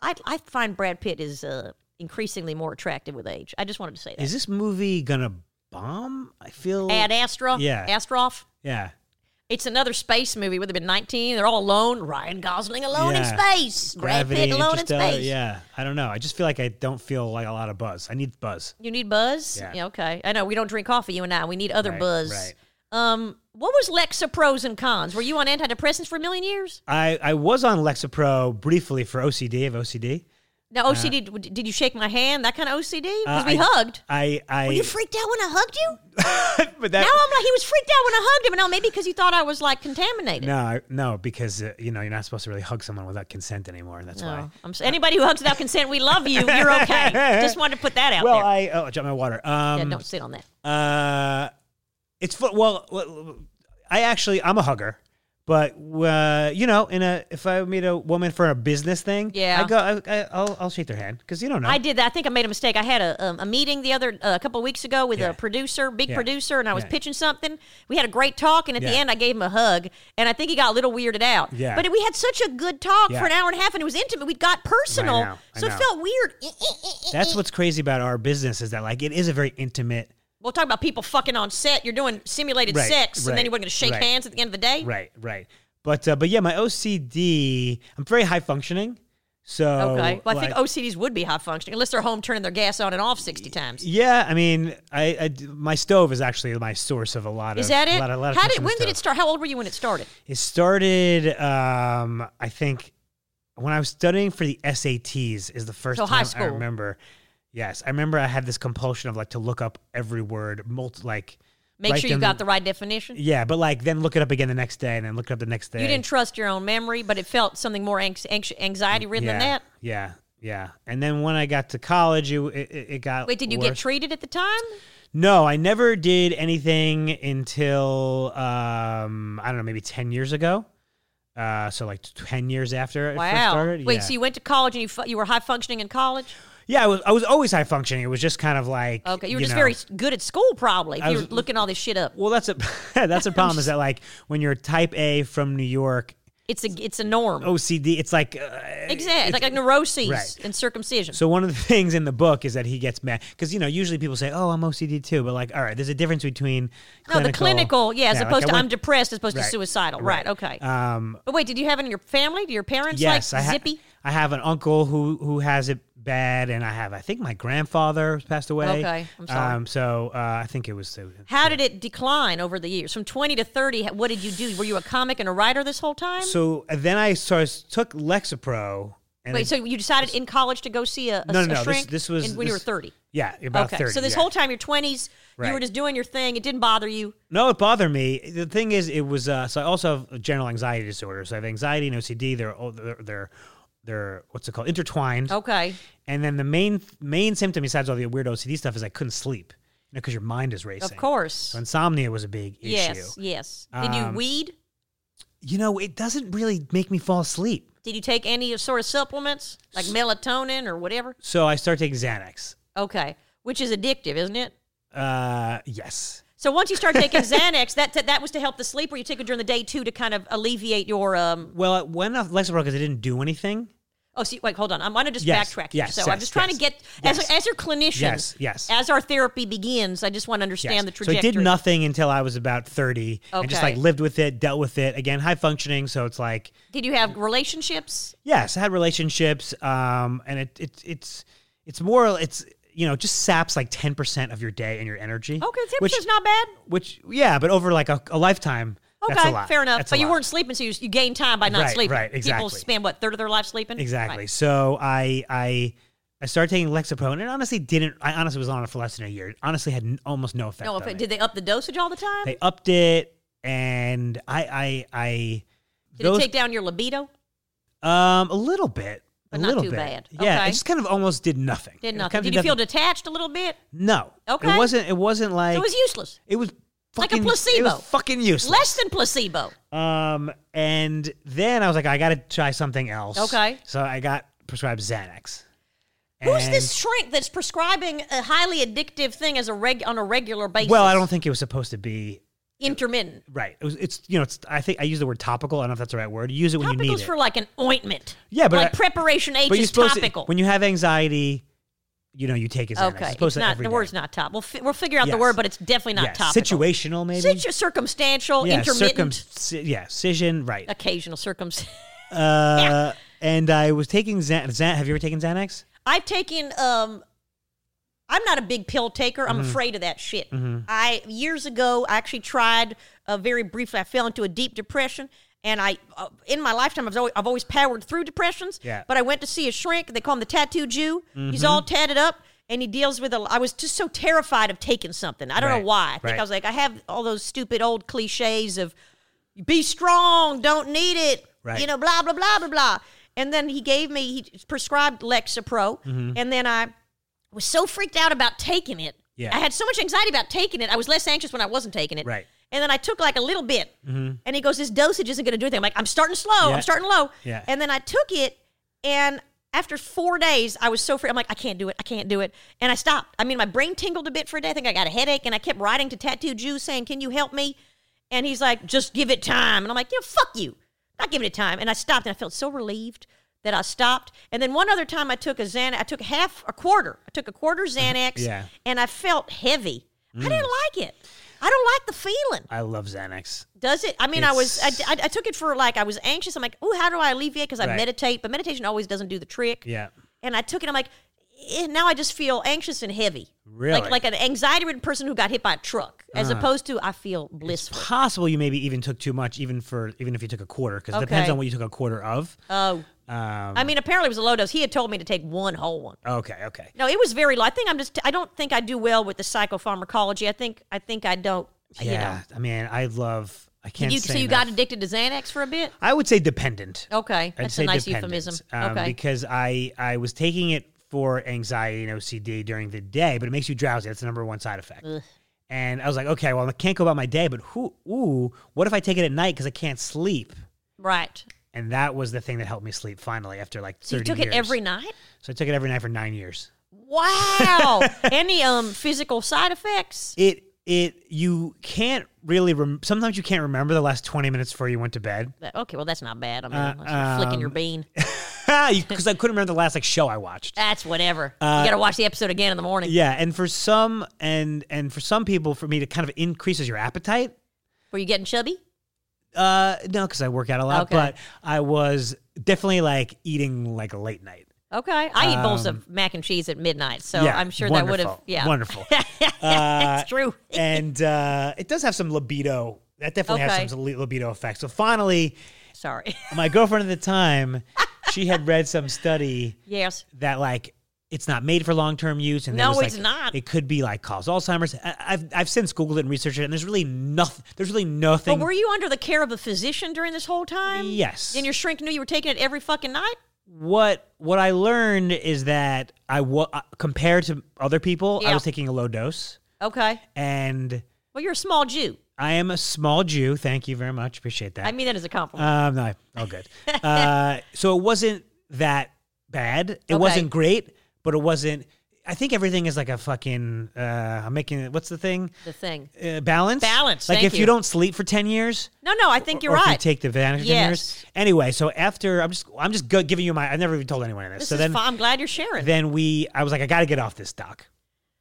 [SPEAKER 2] I I find Brad Pitt is uh, increasingly more attractive with age. I just wanted to say that.
[SPEAKER 3] Is this movie gonna bomb? I feel.
[SPEAKER 2] Ad Astra.
[SPEAKER 3] Yeah.
[SPEAKER 2] Astroff.
[SPEAKER 3] yeah.
[SPEAKER 2] It's another space movie. Would have been 19. They're all alone. Ryan Gosling alone in
[SPEAKER 3] Yeah.
[SPEAKER 2] space. Brad Pitt alone in
[SPEAKER 3] Interstellar,
[SPEAKER 2] space.
[SPEAKER 3] Yeah. I don't know. I just feel like I don't feel like a lot of buzz. I need buzz.
[SPEAKER 2] You need buzz?
[SPEAKER 3] Yeah.
[SPEAKER 2] okay. I know we don't drink coffee, you and I. We need other
[SPEAKER 3] Right,
[SPEAKER 2] buzz.
[SPEAKER 3] right.
[SPEAKER 2] Um, what was Lexa pros and cons? Were you on antidepressants for a million years?
[SPEAKER 3] I I was on Lexapro briefly for OCD of OCD.
[SPEAKER 2] Now OCD. d- did you shake my hand? That kind of OCD? Because
[SPEAKER 3] Uh,
[SPEAKER 2] we
[SPEAKER 3] I-
[SPEAKER 2] hugged.
[SPEAKER 3] I I.
[SPEAKER 2] Were you freaked out when I hugged you?
[SPEAKER 3] but
[SPEAKER 2] now
[SPEAKER 3] that.
[SPEAKER 2] I'm like, he was freaked out when I hugged him. No, maybe because he thought I was like contaminated.
[SPEAKER 3] No, I- no, because uh, you know you're not supposed to really hug someone without consent anymore, and that's why.
[SPEAKER 2] No. Oh, I'm, s- anybody who hugs without consent, we love you. You're okay. Just wanted to put that out
[SPEAKER 3] Well,
[SPEAKER 2] there.
[SPEAKER 3] I oh, I dropped my water. Um,
[SPEAKER 2] yeah, don't sit on that.
[SPEAKER 3] Uh, it's fu- well, well, I actually I'm a hugger, but uh, you know, in a if I meet a woman for a business thing,
[SPEAKER 2] Yeah.
[SPEAKER 3] I go, I, I, I'll I'll shake their hand because you don't know.
[SPEAKER 2] I did that. I think I made a mistake. I had a, um, a meeting the other uh, a couple of weeks ago with
[SPEAKER 3] Yeah.
[SPEAKER 2] a producer, big
[SPEAKER 3] Yeah.
[SPEAKER 2] producer, and I was
[SPEAKER 3] Yeah.
[SPEAKER 2] pitching something. We had a great talk, and at the
[SPEAKER 3] Yeah.
[SPEAKER 2] end, I gave him a hug, and I think he got a little weirded out.
[SPEAKER 3] Yeah.
[SPEAKER 2] But we had such a good talk
[SPEAKER 3] Yeah.
[SPEAKER 2] for an hour and a half, and it was intimate. We got personal,
[SPEAKER 3] know, I
[SPEAKER 2] so it
[SPEAKER 3] know.
[SPEAKER 2] felt weird.
[SPEAKER 3] That's what's crazy about our business is that like it is a very intimate.
[SPEAKER 2] We'll talk about people fucking on set. You're doing simulated
[SPEAKER 3] Right,
[SPEAKER 2] sex, and then
[SPEAKER 3] right,
[SPEAKER 2] you were going to shake
[SPEAKER 3] right.
[SPEAKER 2] hands at the end of the day.
[SPEAKER 3] Right, right. But uh, but yeah, my OCD. I'm very high functioning, so
[SPEAKER 2] Okay. Well, I think
[SPEAKER 3] Oh, like-
[SPEAKER 2] OCDs would be high functioning unless they're home turning their gas on and off sixty times.
[SPEAKER 3] Yeah, I mean, I, I d- my stove is actually my source of a lot of
[SPEAKER 2] Is that it?
[SPEAKER 3] A lot, a lot of
[SPEAKER 2] How
[SPEAKER 3] things
[SPEAKER 2] did?
[SPEAKER 3] from the
[SPEAKER 2] When did
[SPEAKER 3] stove.
[SPEAKER 2] it start? How old were you when it started?
[SPEAKER 3] It started, um, I think, when I was studying for the SATs is the first
[SPEAKER 2] So
[SPEAKER 3] time
[SPEAKER 2] high
[SPEAKER 3] I
[SPEAKER 2] school.
[SPEAKER 3] remember. Yes, I remember I had this compulsion of like to look up every word, multi, like
[SPEAKER 2] Make
[SPEAKER 3] write
[SPEAKER 2] sure you
[SPEAKER 3] them-
[SPEAKER 2] got the right definition.
[SPEAKER 3] yeah, but like then look it up again the next day, and then look it up the next day.
[SPEAKER 2] You didn't trust your own memory, but it felt something more anx- anx- anxiety ridden
[SPEAKER 3] yeah,
[SPEAKER 2] than that.
[SPEAKER 3] Yeah, yeah. And then when I got to college, it it, it it got
[SPEAKER 2] Wait, did you get
[SPEAKER 3] worse.
[SPEAKER 2] treated at the time?
[SPEAKER 3] No, I never did anything until um, I don't know, maybe ten years ago. Uh, so like ten years after it first
[SPEAKER 2] Wow.
[SPEAKER 3] started.
[SPEAKER 2] Wait,
[SPEAKER 3] yeah.
[SPEAKER 2] so you went to college and you fu- you were high functioning in college?
[SPEAKER 3] Yeah, I was, I was always high functioning. It was just kind of like
[SPEAKER 2] Okay, you were just
[SPEAKER 3] know-
[SPEAKER 2] very s- good at school, probably. If
[SPEAKER 3] I
[SPEAKER 2] you were
[SPEAKER 3] was-
[SPEAKER 2] looking all this shit up,
[SPEAKER 3] well. That's a that's a problem. is that like when you're type A from New York,
[SPEAKER 2] it's a it's a norm.
[SPEAKER 3] OCD? It's like uh,
[SPEAKER 2] exactly, like, like neuroses
[SPEAKER 3] right.
[SPEAKER 2] and circumcision.
[SPEAKER 3] so. One of the things in the book is that he gets mad because you know usually people say, "Oh, I'm OCD too," but like, all right, there's a difference between
[SPEAKER 2] no, the clinical, yeah, as
[SPEAKER 3] like,
[SPEAKER 2] opposed
[SPEAKER 3] I
[SPEAKER 2] to
[SPEAKER 3] went-
[SPEAKER 2] I'm depressed, as opposed to
[SPEAKER 3] Right,
[SPEAKER 2] suicidal. Right. Okay.
[SPEAKER 3] Um,
[SPEAKER 2] but wait, did you have it in your family? Do your parents
[SPEAKER 3] yes,
[SPEAKER 2] like
[SPEAKER 3] I ha-
[SPEAKER 2] zippy?
[SPEAKER 3] I have an uncle who who has it bad, and I have I think my grandfather who's passed away.
[SPEAKER 2] Okay, I'm sorry.
[SPEAKER 3] Um, so uh, I think it was.
[SPEAKER 2] How did it decline over the years, from twenty to thirty? What did you do? Were you a comic and a writer this whole time?
[SPEAKER 3] So uh, then I sort of took Lexapro. And
[SPEAKER 2] Wait,
[SPEAKER 3] it-
[SPEAKER 2] so you decided in college to go see a, a,
[SPEAKER 3] No,
[SPEAKER 2] a
[SPEAKER 3] no, no, this-
[SPEAKER 2] shrink?
[SPEAKER 3] this was-
[SPEAKER 2] in- when you were
[SPEAKER 3] this-
[SPEAKER 2] 30.
[SPEAKER 3] Yeah, about
[SPEAKER 2] okay.
[SPEAKER 3] 30.
[SPEAKER 2] so this
[SPEAKER 3] yeah.
[SPEAKER 2] whole time, your 20s, you were
[SPEAKER 3] Right.
[SPEAKER 2] just doing your thing. It didn't bother you.
[SPEAKER 3] No, it bothered me. The thing is, it was. Uh, so I also have general anxiety disorder. So I have anxiety and OCD. They're all- they're they're, they're what's it called intertwined.
[SPEAKER 2] Okay.
[SPEAKER 3] And then the main main symptom besides all the weird OCD stuff is I couldn't sleep. You know, because your mind is racing.
[SPEAKER 2] Of course.
[SPEAKER 3] So insomnia was a big issue.
[SPEAKER 2] Yes, yes. Did you
[SPEAKER 3] Um,
[SPEAKER 2] weed?
[SPEAKER 3] You know, it doesn't really make me fall asleep.
[SPEAKER 2] Did you take any sort of supplements, like melatonin or whatever?
[SPEAKER 3] So I start taking Xanax.
[SPEAKER 2] Okay. Which is addictive, isn't it?
[SPEAKER 3] Uh, yes.
[SPEAKER 2] So once you start taking Xanax, that, that was to help the sleep, or you take it during the day too to kind of alleviate your um.
[SPEAKER 3] Well, when I Lexapro, because I didn't do anything.
[SPEAKER 2] Oh, see, wait, hold on. I'm going to just
[SPEAKER 3] Yes,
[SPEAKER 2] backtrack.
[SPEAKER 3] yes,
[SPEAKER 2] here. so I'm
[SPEAKER 3] yes,
[SPEAKER 2] just trying to
[SPEAKER 3] yes,
[SPEAKER 2] get as
[SPEAKER 3] yes.
[SPEAKER 2] a, as your clinician.
[SPEAKER 3] Yes, yes.
[SPEAKER 2] As our therapy begins, I just want to understand
[SPEAKER 3] Yes.
[SPEAKER 2] the trajectory.
[SPEAKER 3] So I did nothing until I was about 30 and just
[SPEAKER 2] Okay.
[SPEAKER 3] like lived with it, dealt with it. Again, high functioning. So it's like,
[SPEAKER 2] Did you have relationships?
[SPEAKER 3] yes, I had relationships. Um, and it, it, it's, it's more, it's, you know, just saps like 10% of your day and your energy.
[SPEAKER 2] Okay, the
[SPEAKER 3] which,
[SPEAKER 2] temperature's not bad.
[SPEAKER 3] which, yeah, but over like a, a lifetime.
[SPEAKER 2] Okay,
[SPEAKER 3] that's a lot.
[SPEAKER 2] fair enough.
[SPEAKER 3] That's a
[SPEAKER 2] but you
[SPEAKER 3] lot.
[SPEAKER 2] weren't sleeping, so you, you gained time by not
[SPEAKER 3] Right,
[SPEAKER 2] sleeping.
[SPEAKER 3] right,
[SPEAKER 2] People
[SPEAKER 3] exactly.
[SPEAKER 2] spend what third of their life sleeping.
[SPEAKER 3] Exactly.
[SPEAKER 2] Right.
[SPEAKER 3] So I I I started taking Lexapro, and it honestly didn't. I honestly was on it for less than a year. It honestly had n- almost no effect.
[SPEAKER 2] No,
[SPEAKER 3] on
[SPEAKER 2] if,
[SPEAKER 3] me.
[SPEAKER 2] did they up the dosage all the time?
[SPEAKER 3] They upped it. and I I I
[SPEAKER 2] Did it take down your libido?
[SPEAKER 3] um a little bit.
[SPEAKER 2] But
[SPEAKER 3] a
[SPEAKER 2] not
[SPEAKER 3] little
[SPEAKER 2] too
[SPEAKER 3] bit.
[SPEAKER 2] bad.
[SPEAKER 3] Yeah,
[SPEAKER 2] Okay.
[SPEAKER 3] it just kind of almost did nothing. It
[SPEAKER 2] Did
[SPEAKER 3] kind
[SPEAKER 2] nothing.
[SPEAKER 3] of
[SPEAKER 2] Did you feel detached a little bit?
[SPEAKER 3] No.
[SPEAKER 2] Okay.
[SPEAKER 3] It wasn't it wasn't like
[SPEAKER 2] It was useless.
[SPEAKER 3] it was
[SPEAKER 2] Like a
[SPEAKER 3] fucking, It
[SPEAKER 2] placebo.
[SPEAKER 3] was fucking useless.
[SPEAKER 2] Less than placebo.
[SPEAKER 3] Um, and then I was like, I got to try something else.
[SPEAKER 2] Okay.
[SPEAKER 3] So I got prescribed Xanax.
[SPEAKER 2] Who's
[SPEAKER 3] And-
[SPEAKER 2] this shrink that's prescribing a highly addictive thing as a reg on a regular basis?
[SPEAKER 3] Well, I don't think it was supposed to be
[SPEAKER 2] intermittent.
[SPEAKER 3] right. It was, it's you know, it's. I think I use the word topical. I don't know if that's the right word. You use it when you need
[SPEAKER 2] Topical's
[SPEAKER 3] it.
[SPEAKER 2] for like an ointment.
[SPEAKER 3] Yeah, but
[SPEAKER 2] like
[SPEAKER 3] I-
[SPEAKER 2] preparation H
[SPEAKER 3] but you're
[SPEAKER 2] is
[SPEAKER 3] supposed to-
[SPEAKER 2] topical.
[SPEAKER 3] when you have anxiety, you know, you take it. Xanax.
[SPEAKER 2] okay,
[SPEAKER 3] It's supposed to
[SPEAKER 2] not
[SPEAKER 3] every
[SPEAKER 2] the
[SPEAKER 3] day.
[SPEAKER 2] word's not top. We'll fi- we'll figure out the
[SPEAKER 3] Yes.
[SPEAKER 2] word, but it's definitely not
[SPEAKER 3] yeah.
[SPEAKER 2] topical.
[SPEAKER 3] Situational, maybe.
[SPEAKER 2] Situ- circumstantial,
[SPEAKER 3] yeah,
[SPEAKER 2] intermittent,
[SPEAKER 3] circum- yeah, scission, right.
[SPEAKER 2] occasional circumstance.
[SPEAKER 3] Uh, and I was taking Xan- Xan- Have you ever taken Xanax?
[SPEAKER 2] I've taken um I'm not a big pill taker.
[SPEAKER 3] Mm-hmm.
[SPEAKER 2] I'm afraid of that shit. I years ago I actually tried uh, very briefly. I fell into a deep depression, and I uh, in my lifetime I've always, I've always powered through depressions.
[SPEAKER 3] Yeah. Mm-hmm.
[SPEAKER 2] But I went to see a shrink. They call him the Tattoo Jew. He's all tatted up, and he deals with a. I was just so terrified of taking something. I don't
[SPEAKER 3] Right,
[SPEAKER 2] know why. I think
[SPEAKER 3] right.
[SPEAKER 2] I was like I have all those stupid old cliches of be strong, don't need it,
[SPEAKER 3] Right.
[SPEAKER 2] you know, blah, blah, blah, blah, blah. And then he gave me, he prescribed Lexapro.
[SPEAKER 3] Mm-hmm.
[SPEAKER 2] And then I was so freaked out about taking it.
[SPEAKER 3] Yeah.
[SPEAKER 2] I had so much anxiety about taking it. I was less anxious when I wasn't taking it.
[SPEAKER 3] Right. Mm-hmm.
[SPEAKER 2] And then I took like a little bit. And he goes, this dosage isn't going to do anything. I'm like, I'm starting slow.
[SPEAKER 3] Yeah.
[SPEAKER 2] I'm starting low.
[SPEAKER 3] Yeah.
[SPEAKER 2] And then I took it and after four days, I was so free. I'm like, I can't do it. I can't do it. And I stopped. I mean, my brain tingled a bit for a day. I think I got a headache, and I kept writing to Tattoo Jew saying, "Can you help me?" And he's like, "Just give it time." And I'm like, "Yeah, fuck you. Not giving it time." And I stopped, and I felt so relieved that I stopped. And then one other time, I took a Xanax. I took half a quarter. I took a quarter Xanax,
[SPEAKER 3] Yeah. Mm.
[SPEAKER 2] and I felt heavy. I didn't like it. I don't like the feeling.
[SPEAKER 3] I love Xanax.
[SPEAKER 2] Does it? I mean, I was I,
[SPEAKER 3] It's-
[SPEAKER 2] I, I took it for like I was anxious. I'm like, oh, how do I alleviate? Because I
[SPEAKER 3] Right.
[SPEAKER 2] meditate, but meditation always doesn't do the trick.
[SPEAKER 3] Yeah.
[SPEAKER 2] And I took it. I'm like, eh, now I just feel anxious and heavy.
[SPEAKER 3] Really? Uh-huh.
[SPEAKER 2] Like like an anxiety-ridden person who got hit by a truck, as opposed to I feel blissful.
[SPEAKER 3] possible you maybe even took too much, even for even if you took a quarter, because it depends
[SPEAKER 2] Okay.
[SPEAKER 3] on what you took a quarter of.
[SPEAKER 2] Oh,
[SPEAKER 3] Um,
[SPEAKER 2] I mean, apparently it was a low dose. He had told me to take one whole one.
[SPEAKER 3] okay, okay.
[SPEAKER 2] No, it was very low. I think I'm just. I don't think I do well with the psychopharmacology. I think I think I don't. You know.
[SPEAKER 3] Yeah, I mean, I love. I can't.
[SPEAKER 2] You,
[SPEAKER 3] say
[SPEAKER 2] so you
[SPEAKER 3] enough.
[SPEAKER 2] got addicted to Xanax for a bit.
[SPEAKER 3] I would say dependent.
[SPEAKER 2] Okay,
[SPEAKER 3] I'd
[SPEAKER 2] that's
[SPEAKER 3] say
[SPEAKER 2] a nice
[SPEAKER 3] dependent,
[SPEAKER 2] euphemism.
[SPEAKER 3] um,
[SPEAKER 2] okay.
[SPEAKER 3] Because I I was taking it for anxiety and OCD during the day, but it makes you drowsy. That's the number one side effect. And I was like, okay, well, I can't go about my day, but who? Ooh, what if I take it at night because I can't sleep?
[SPEAKER 2] right.
[SPEAKER 3] And that was the thing that helped me sleep finally after like
[SPEAKER 2] So you
[SPEAKER 3] thirty.
[SPEAKER 2] took it
[SPEAKER 3] years.
[SPEAKER 2] every night.
[SPEAKER 3] So I took it every night for nine years.
[SPEAKER 2] Wow. Any um physical side effects?
[SPEAKER 3] it it you can't really rem- sometimes you can't remember the last 20 minutes before you went to bed
[SPEAKER 2] That- Okay, well that's not bad. I mean,
[SPEAKER 3] Uh,
[SPEAKER 2] unless you're flicking your bean.
[SPEAKER 3] because i couldn't remember the last like show i watched
[SPEAKER 2] That's whatever. you got to watch the episode again in the morning.
[SPEAKER 3] uh, yeah and for some and and for some people for me to kind of increases your appetite
[SPEAKER 2] Were you getting chubby?
[SPEAKER 3] uh no because i work out a lot
[SPEAKER 2] Okay.
[SPEAKER 3] but i was definitely like eating like late night
[SPEAKER 2] Okay, I eat bowls of mac and cheese at midnight, so
[SPEAKER 3] Um, yeah,
[SPEAKER 2] Oh, I'm sure that would have.
[SPEAKER 3] wonderful,
[SPEAKER 2] Yeah,
[SPEAKER 3] wonderful.
[SPEAKER 2] that's true.
[SPEAKER 3] and uh it does have some libido that definitely
[SPEAKER 2] Okay.
[SPEAKER 3] has some li- libido effect so finally
[SPEAKER 2] Sorry.
[SPEAKER 3] my girlfriend at the time she had read some study
[SPEAKER 2] yes.
[SPEAKER 3] that like it's not made for long term use, and there
[SPEAKER 2] No,
[SPEAKER 3] was,
[SPEAKER 2] it's
[SPEAKER 3] like,
[SPEAKER 2] not.
[SPEAKER 3] It could be like cause Alzheimer's. I, I've I've since googled it and researched it, and there's really nothing. There's really nothing.
[SPEAKER 2] But were you under the care of a physician during this whole time?
[SPEAKER 3] Yes.
[SPEAKER 2] And your shrink knew you were taking it every fucking night.
[SPEAKER 3] what what I learned is that I wa- uh, compared to other people,
[SPEAKER 2] Yeah.
[SPEAKER 3] I was taking a low dose,
[SPEAKER 2] Okay.
[SPEAKER 3] and
[SPEAKER 2] Well, you're a small Jew.
[SPEAKER 3] I am a small Jew. Thank you very much. Appreciate that.
[SPEAKER 2] I mean that as a compliment.
[SPEAKER 3] um, no, all good. uh, so it wasn't that bad. It
[SPEAKER 2] Okay.
[SPEAKER 3] wasn't great, but it wasn't. I think everything is like a fucking. Uh, I'm making it. What's the thing?
[SPEAKER 2] the thing.
[SPEAKER 3] uh, balance.
[SPEAKER 2] Balance,
[SPEAKER 3] Like
[SPEAKER 2] thank
[SPEAKER 3] if you.
[SPEAKER 2] you.
[SPEAKER 3] don't sleep for ten years,
[SPEAKER 2] No, no, I think you're
[SPEAKER 3] or if
[SPEAKER 2] right.
[SPEAKER 3] you take the advantage for ten years.
[SPEAKER 2] Yes.
[SPEAKER 3] Anyway, so after I'm just I'm just go- giving you my. I never even told anyone this.
[SPEAKER 2] this
[SPEAKER 3] so
[SPEAKER 2] is
[SPEAKER 3] then
[SPEAKER 2] fine. I'm glad you're sharing.
[SPEAKER 3] then we I was like I got to get off this doc.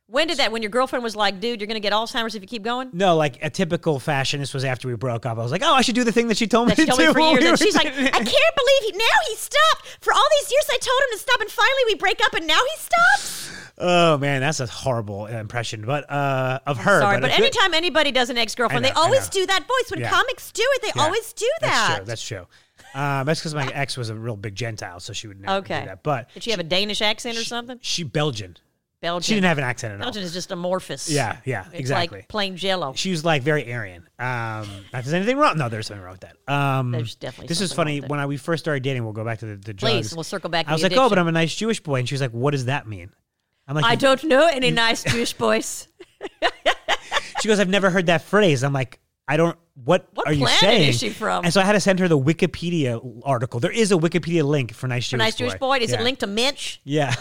[SPEAKER 2] When did that? When your girlfriend was like, "Dude, you're gonna get Alzheimer's if you keep going."
[SPEAKER 3] No, like a typical fashion. This was after we broke up. I was like, oh, I should do the thing that she told me
[SPEAKER 2] That she
[SPEAKER 3] to
[SPEAKER 2] told
[SPEAKER 3] do.
[SPEAKER 2] me for years,
[SPEAKER 3] when we
[SPEAKER 2] and
[SPEAKER 3] were
[SPEAKER 2] she's like, "I
[SPEAKER 3] dating.
[SPEAKER 2] can't believe he now he stopped for all these years. I told him to stop, and finally we break up, and now he stops."
[SPEAKER 3] oh man, that's a horrible impression, but uh, of her.
[SPEAKER 2] Sorry,
[SPEAKER 3] a
[SPEAKER 2] but,
[SPEAKER 3] good-
[SPEAKER 2] anytime anybody does an ex-girlfriend,
[SPEAKER 3] I
[SPEAKER 2] they
[SPEAKER 3] know, I
[SPEAKER 2] always
[SPEAKER 3] know.
[SPEAKER 2] do that voice. When
[SPEAKER 3] Yeah.
[SPEAKER 2] comics do it, they
[SPEAKER 3] Yeah,
[SPEAKER 2] always do
[SPEAKER 3] That's
[SPEAKER 2] that.
[SPEAKER 3] true. That's true. Um, that's because my ex was a real big Gentile, so she would never
[SPEAKER 2] Okay.
[SPEAKER 3] do that. But
[SPEAKER 2] did she have a Danish accent or something?
[SPEAKER 3] she Belgian.
[SPEAKER 2] Belgian.
[SPEAKER 3] She didn't have an accent at all.
[SPEAKER 2] Belgian is just amorphous.
[SPEAKER 3] Yeah, yeah,
[SPEAKER 2] It's
[SPEAKER 3] exactly.
[SPEAKER 2] like plain jello.
[SPEAKER 3] she was like very Aryan. Um, not there's anything wrong. No, there's something wrong with that. Um,
[SPEAKER 2] There's definitely
[SPEAKER 3] This is
[SPEAKER 2] something wrong
[SPEAKER 3] funny.
[SPEAKER 2] with it.
[SPEAKER 3] When I, we first started dating, we'll go back to the, the drugs.
[SPEAKER 2] Please, and we'll circle back to
[SPEAKER 3] I was
[SPEAKER 2] the
[SPEAKER 3] like, oh, but
[SPEAKER 2] addiction.
[SPEAKER 3] I'm a nice Jewish boy, and she was like, what does that mean? I'm like,
[SPEAKER 2] I don't know any nice Jewish boys.
[SPEAKER 3] she goes, I've never heard that phrase. I'm like, I don't. What,
[SPEAKER 2] What
[SPEAKER 3] are you
[SPEAKER 2] planet
[SPEAKER 3] saying?
[SPEAKER 2] is she from?
[SPEAKER 3] And so I had to send her the Wikipedia article. There is a Wikipedia link for nice Jewish
[SPEAKER 2] nice Jewish boy. Is
[SPEAKER 3] Yeah.
[SPEAKER 2] it linked to Minch?
[SPEAKER 3] Yeah.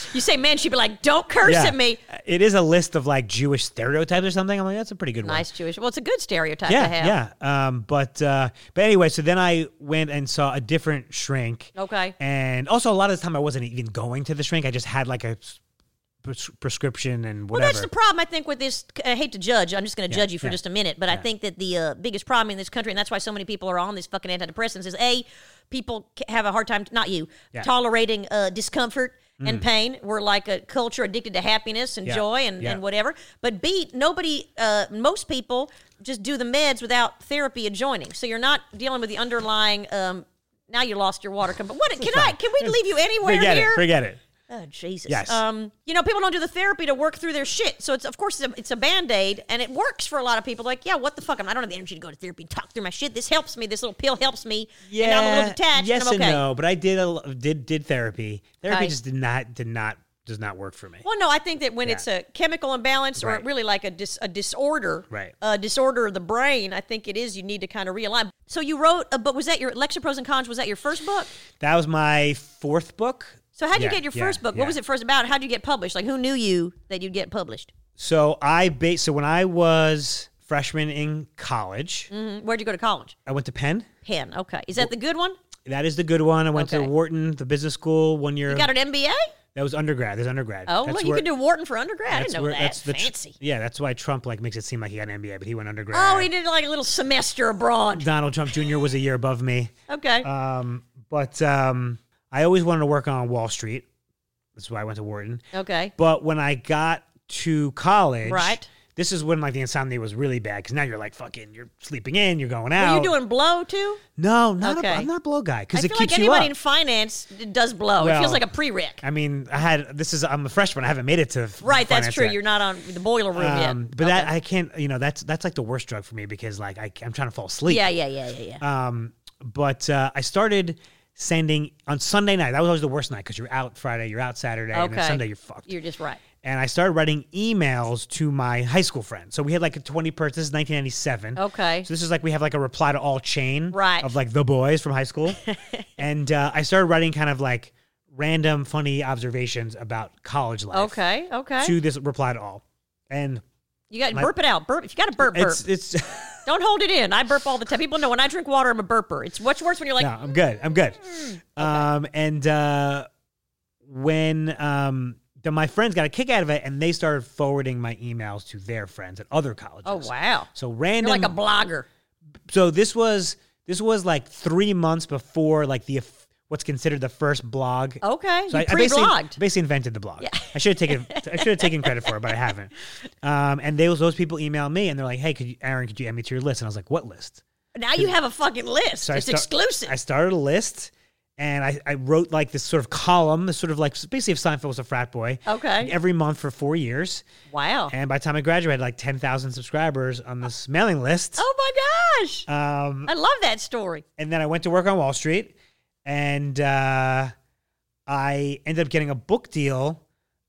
[SPEAKER 2] you say Minch, you'd be like, don't curse
[SPEAKER 3] Yeah.
[SPEAKER 2] at me.
[SPEAKER 3] It is a list of like Jewish stereotypes or something. I'm like, that's a pretty good one.
[SPEAKER 2] Nice Jewish. Well, it's a good stereotype to have.
[SPEAKER 3] Yeah, yeah. Um, but uh, but anyway, so then I went and saw a different shrink.
[SPEAKER 2] Okay.
[SPEAKER 3] And also, a lot of the time, I wasn't even going to the shrink. I just had like a s- pres- prescription and
[SPEAKER 2] Well,
[SPEAKER 3] whatever.
[SPEAKER 2] that's the problem I think with this. I hate to judge. I'm just going to judge you for
[SPEAKER 3] yeah.
[SPEAKER 2] just a minute, but I think that the uh, biggest problem in this country, and that's why so many people are on these fucking antidepressants, is a people c- have a hard time. Not you
[SPEAKER 3] Yeah. Mm.
[SPEAKER 2] tolerating uh, discomfort and pain. We're like a culture addicted to happiness and
[SPEAKER 3] Yeah.
[SPEAKER 2] joy and,
[SPEAKER 3] Yeah.
[SPEAKER 2] and whatever. But B, nobody, uh, most people just do the meds without therapy adjoining. So you're not dealing with the underlying. Um, now you lost your water. But what can I? Can we leave you anywhere
[SPEAKER 3] Forget
[SPEAKER 2] here?
[SPEAKER 3] it. Forget it.
[SPEAKER 2] Oh Jesus!
[SPEAKER 3] Yes.
[SPEAKER 2] Um, you know, people don't do the therapy to work through their shit, so it's of course it's a, it's a band aid, and it works for a lot of people. Like, yeah, what the fuck? I'm, I don't have the energy to go to therapy, and talk through my shit. This helps me. This little pill helps me. and
[SPEAKER 3] Yeah.
[SPEAKER 2] I'm a little detached.
[SPEAKER 3] Yes
[SPEAKER 2] and I'm okay.
[SPEAKER 3] no, but I did a, l- did did therapy. Therapy
[SPEAKER 2] Okay.
[SPEAKER 3] just did not did not does not work for me.
[SPEAKER 2] Well, no, I think that when it's a chemical imbalance or
[SPEAKER 3] Right.
[SPEAKER 2] really like a dis, a disorder,
[SPEAKER 3] Right.
[SPEAKER 2] a disorder of the brain, I think it is. You need to kind of realign. So you wrote a book. Was that your lecture pros and cons? Was that your first book?
[SPEAKER 3] That was my fourth book.
[SPEAKER 2] So how would you
[SPEAKER 3] Yeah,
[SPEAKER 2] get your
[SPEAKER 3] yeah,
[SPEAKER 2] first book?
[SPEAKER 3] yeah.
[SPEAKER 2] What was it first about? How would you get published? Like, who knew you that you'd get published?
[SPEAKER 3] So I ba- so when I was freshman in college,
[SPEAKER 2] Mm, Where'd you go to college?
[SPEAKER 3] I went to Penn.
[SPEAKER 2] Penn. Okay, is that the good one?
[SPEAKER 3] That is the good one. I went
[SPEAKER 2] Okay.
[SPEAKER 3] to Wharton, the business school, one year.
[SPEAKER 2] You got an MBA?
[SPEAKER 3] that was undergrad. There's undergrad.
[SPEAKER 2] Oh, look, you
[SPEAKER 3] where-
[SPEAKER 2] could do Wharton for undergrad. I didn't know that.
[SPEAKER 3] the tr-
[SPEAKER 2] Fancy.
[SPEAKER 3] yeah, that's why Trump like makes it seem like he got an MBA, but he went undergrad.
[SPEAKER 2] oh, he did like a little semester abroad.
[SPEAKER 3] Donald Trump Jr. was a year above me.
[SPEAKER 2] Okay.
[SPEAKER 3] Um, but um, I always wanted to work on Wall Street. That's why I went to Wharton.
[SPEAKER 2] okay.
[SPEAKER 3] But when I got to college,
[SPEAKER 2] Right.
[SPEAKER 3] This is when like the insomnia was really bad because now you're like fucking, you're sleeping in, you're going out.
[SPEAKER 2] Are you doing blow too?
[SPEAKER 3] No, not
[SPEAKER 2] Okay.
[SPEAKER 3] a, I'm not a blow guy
[SPEAKER 2] I
[SPEAKER 3] because it
[SPEAKER 2] feel
[SPEAKER 3] keeps
[SPEAKER 2] like
[SPEAKER 3] you up.
[SPEAKER 2] anybody in finance d- does blow. it
[SPEAKER 3] Well, uh,
[SPEAKER 2] feels like a prereq.
[SPEAKER 3] I mean, I had this is I'm a freshman. I haven't made it to f-
[SPEAKER 2] Right, that's
[SPEAKER 3] finance
[SPEAKER 2] true.
[SPEAKER 3] yet.
[SPEAKER 2] You're not on the boiler room
[SPEAKER 3] Um,
[SPEAKER 2] yet.
[SPEAKER 3] but that I can't. You know, that's that's like the worst drug for me because like I, I'm trying to fall asleep.
[SPEAKER 2] yeah, yeah, yeah, yeah, yeah.
[SPEAKER 3] Um, but uh, I started sending on Sunday night. That was always the worst night because you're out Friday, you're out Saturday, and then
[SPEAKER 2] Okay.
[SPEAKER 3] Sunday you're fucked.
[SPEAKER 2] You're just right.
[SPEAKER 3] and I started writing emails to my high school friends. So we had like a 20 person. This is 1997.
[SPEAKER 2] Okay.
[SPEAKER 3] So this is like we have like a reply to all chain
[SPEAKER 2] Right.
[SPEAKER 3] of like the boys from high school. and uh, I started writing kind of like random funny observations about college life.
[SPEAKER 2] Okay, okay.
[SPEAKER 3] To this reply to all. And
[SPEAKER 2] you got
[SPEAKER 3] my-
[SPEAKER 2] burp it out. Burp. If you got to burp, burp.
[SPEAKER 3] it's it's
[SPEAKER 2] Don't hold it in. I burp all the time. People know when I drink water, I'm a burper. It's much worse when you're like,
[SPEAKER 3] no, I'm good. I'm good.
[SPEAKER 2] Mm,
[SPEAKER 3] Um, and uh, when um, then my friends got a kick out of it, and they started forwarding my emails to their friends at other colleges.
[SPEAKER 2] oh wow,
[SPEAKER 3] So
[SPEAKER 2] you're
[SPEAKER 3] random.
[SPEAKER 2] like a blogger.
[SPEAKER 3] so this was this was like three months before like the f- what's considered the first blog.
[SPEAKER 2] Okay,
[SPEAKER 3] So
[SPEAKER 2] Oh, you
[SPEAKER 3] I, I basically,
[SPEAKER 2] pre-blogged.
[SPEAKER 3] basically invented the blog. I should have taken I should have taken credit for it, but I haven't. Um, and those those people emailed me and they're like, "Hey, could you, Aaron, could you add me to your list?" And I was like, "What list?"
[SPEAKER 2] Now you have a fucking list.
[SPEAKER 3] So I
[SPEAKER 2] it's
[SPEAKER 3] sta-
[SPEAKER 2] exclusive.
[SPEAKER 3] I started a list and I, I wrote like this sort of column, this sort of like basically if Seinfeld was a frat boy.
[SPEAKER 2] Okay.
[SPEAKER 3] Every month for four years.
[SPEAKER 2] wow.
[SPEAKER 3] And by the time I graduated, I had, like 10,000 subscribers on this mailing list.
[SPEAKER 2] Oh my gosh.
[SPEAKER 3] Um,
[SPEAKER 2] I love that story.
[SPEAKER 3] and then I went to work on Wall Street and uh, I ended up getting a book deal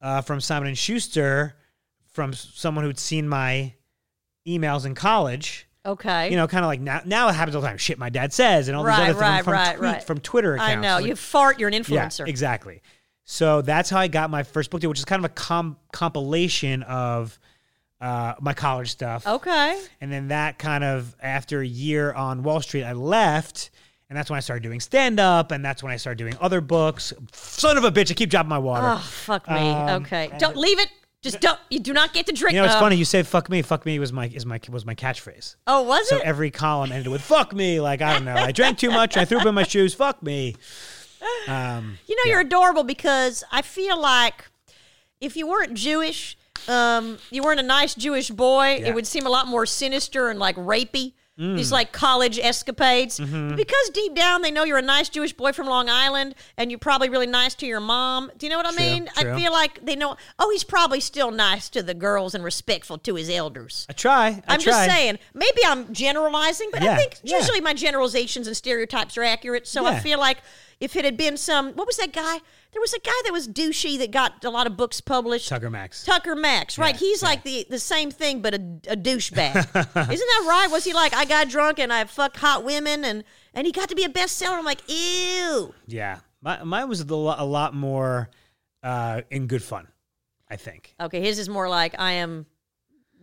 [SPEAKER 3] uh, from Simon & Schuster from s- someone who'd seen my emails in college.
[SPEAKER 2] Okay.
[SPEAKER 3] You know, kind of like now, now it happens all the time. Shit, my dad says, and all
[SPEAKER 2] Right,
[SPEAKER 3] these other things
[SPEAKER 2] right,
[SPEAKER 3] from,
[SPEAKER 2] right,
[SPEAKER 3] tweet,
[SPEAKER 2] right.
[SPEAKER 3] from Twitter accounts.
[SPEAKER 2] I know.
[SPEAKER 3] Like,
[SPEAKER 2] You fart, you're an influencer.
[SPEAKER 3] Yeah, exactly. So that's how I got my first book deal, which is kind of a com- compilation of uh, my college stuff.
[SPEAKER 2] Oh, Okay.
[SPEAKER 3] And then that kind of, after a year on Wall Street, I left. And that's when I started doing stand up. And that's when I started doing other books. Son of a bitch, I keep dropping my water.
[SPEAKER 2] Oh, fuck me.
[SPEAKER 3] Um,
[SPEAKER 2] okay. Don't leave it. Just don't. You do not get to drink.
[SPEAKER 3] You know, it's
[SPEAKER 2] Oh.
[SPEAKER 3] funny. You said "fuck me." "Fuck me" was my is my was my catchphrase.
[SPEAKER 2] Oh, was
[SPEAKER 3] So
[SPEAKER 2] it?
[SPEAKER 3] every column ended with "fuck me." Like I don't know. I drank too much. I threw up in my shoes. Fuck me. Um,
[SPEAKER 2] you know, you're adorable because I feel like if you weren't Jewish, um, you weren't a nice Jewish boy,
[SPEAKER 3] Yeah. Mm.
[SPEAKER 2] it would seem a lot more sinister and like rapey. these like college escapades.
[SPEAKER 3] Mm-hmm.
[SPEAKER 2] But because deep down they know you're a nice Jewish boy from Long Island and you're probably really nice to your mom. Do you know what I
[SPEAKER 3] True,
[SPEAKER 2] mean?
[SPEAKER 3] true.
[SPEAKER 2] I feel like they know, oh, he's probably still nice to the girls and respectful to his elders.
[SPEAKER 3] I try. I
[SPEAKER 2] I'm
[SPEAKER 3] try.
[SPEAKER 2] just saying, maybe I'm generalizing, but
[SPEAKER 3] Yeah,
[SPEAKER 2] I think
[SPEAKER 3] yeah.
[SPEAKER 2] usually my generalizations and stereotypes are accurate. So
[SPEAKER 3] Yeah.
[SPEAKER 2] I feel like if it had been some, what was that guy? There was a guy that was douchey that got a lot of books published.
[SPEAKER 3] Tucker Max.
[SPEAKER 2] Tucker Max, right? He's like the, the same thing, but a, a douchebag. Isn't that right? Was he like, I got drunk and I fucked hot women and, and he got to be a bestseller? I'm like, ew.
[SPEAKER 3] yeah, my, mine was a lo- a lot more uh, in good fun. I think.
[SPEAKER 2] Okay, his is more like, I am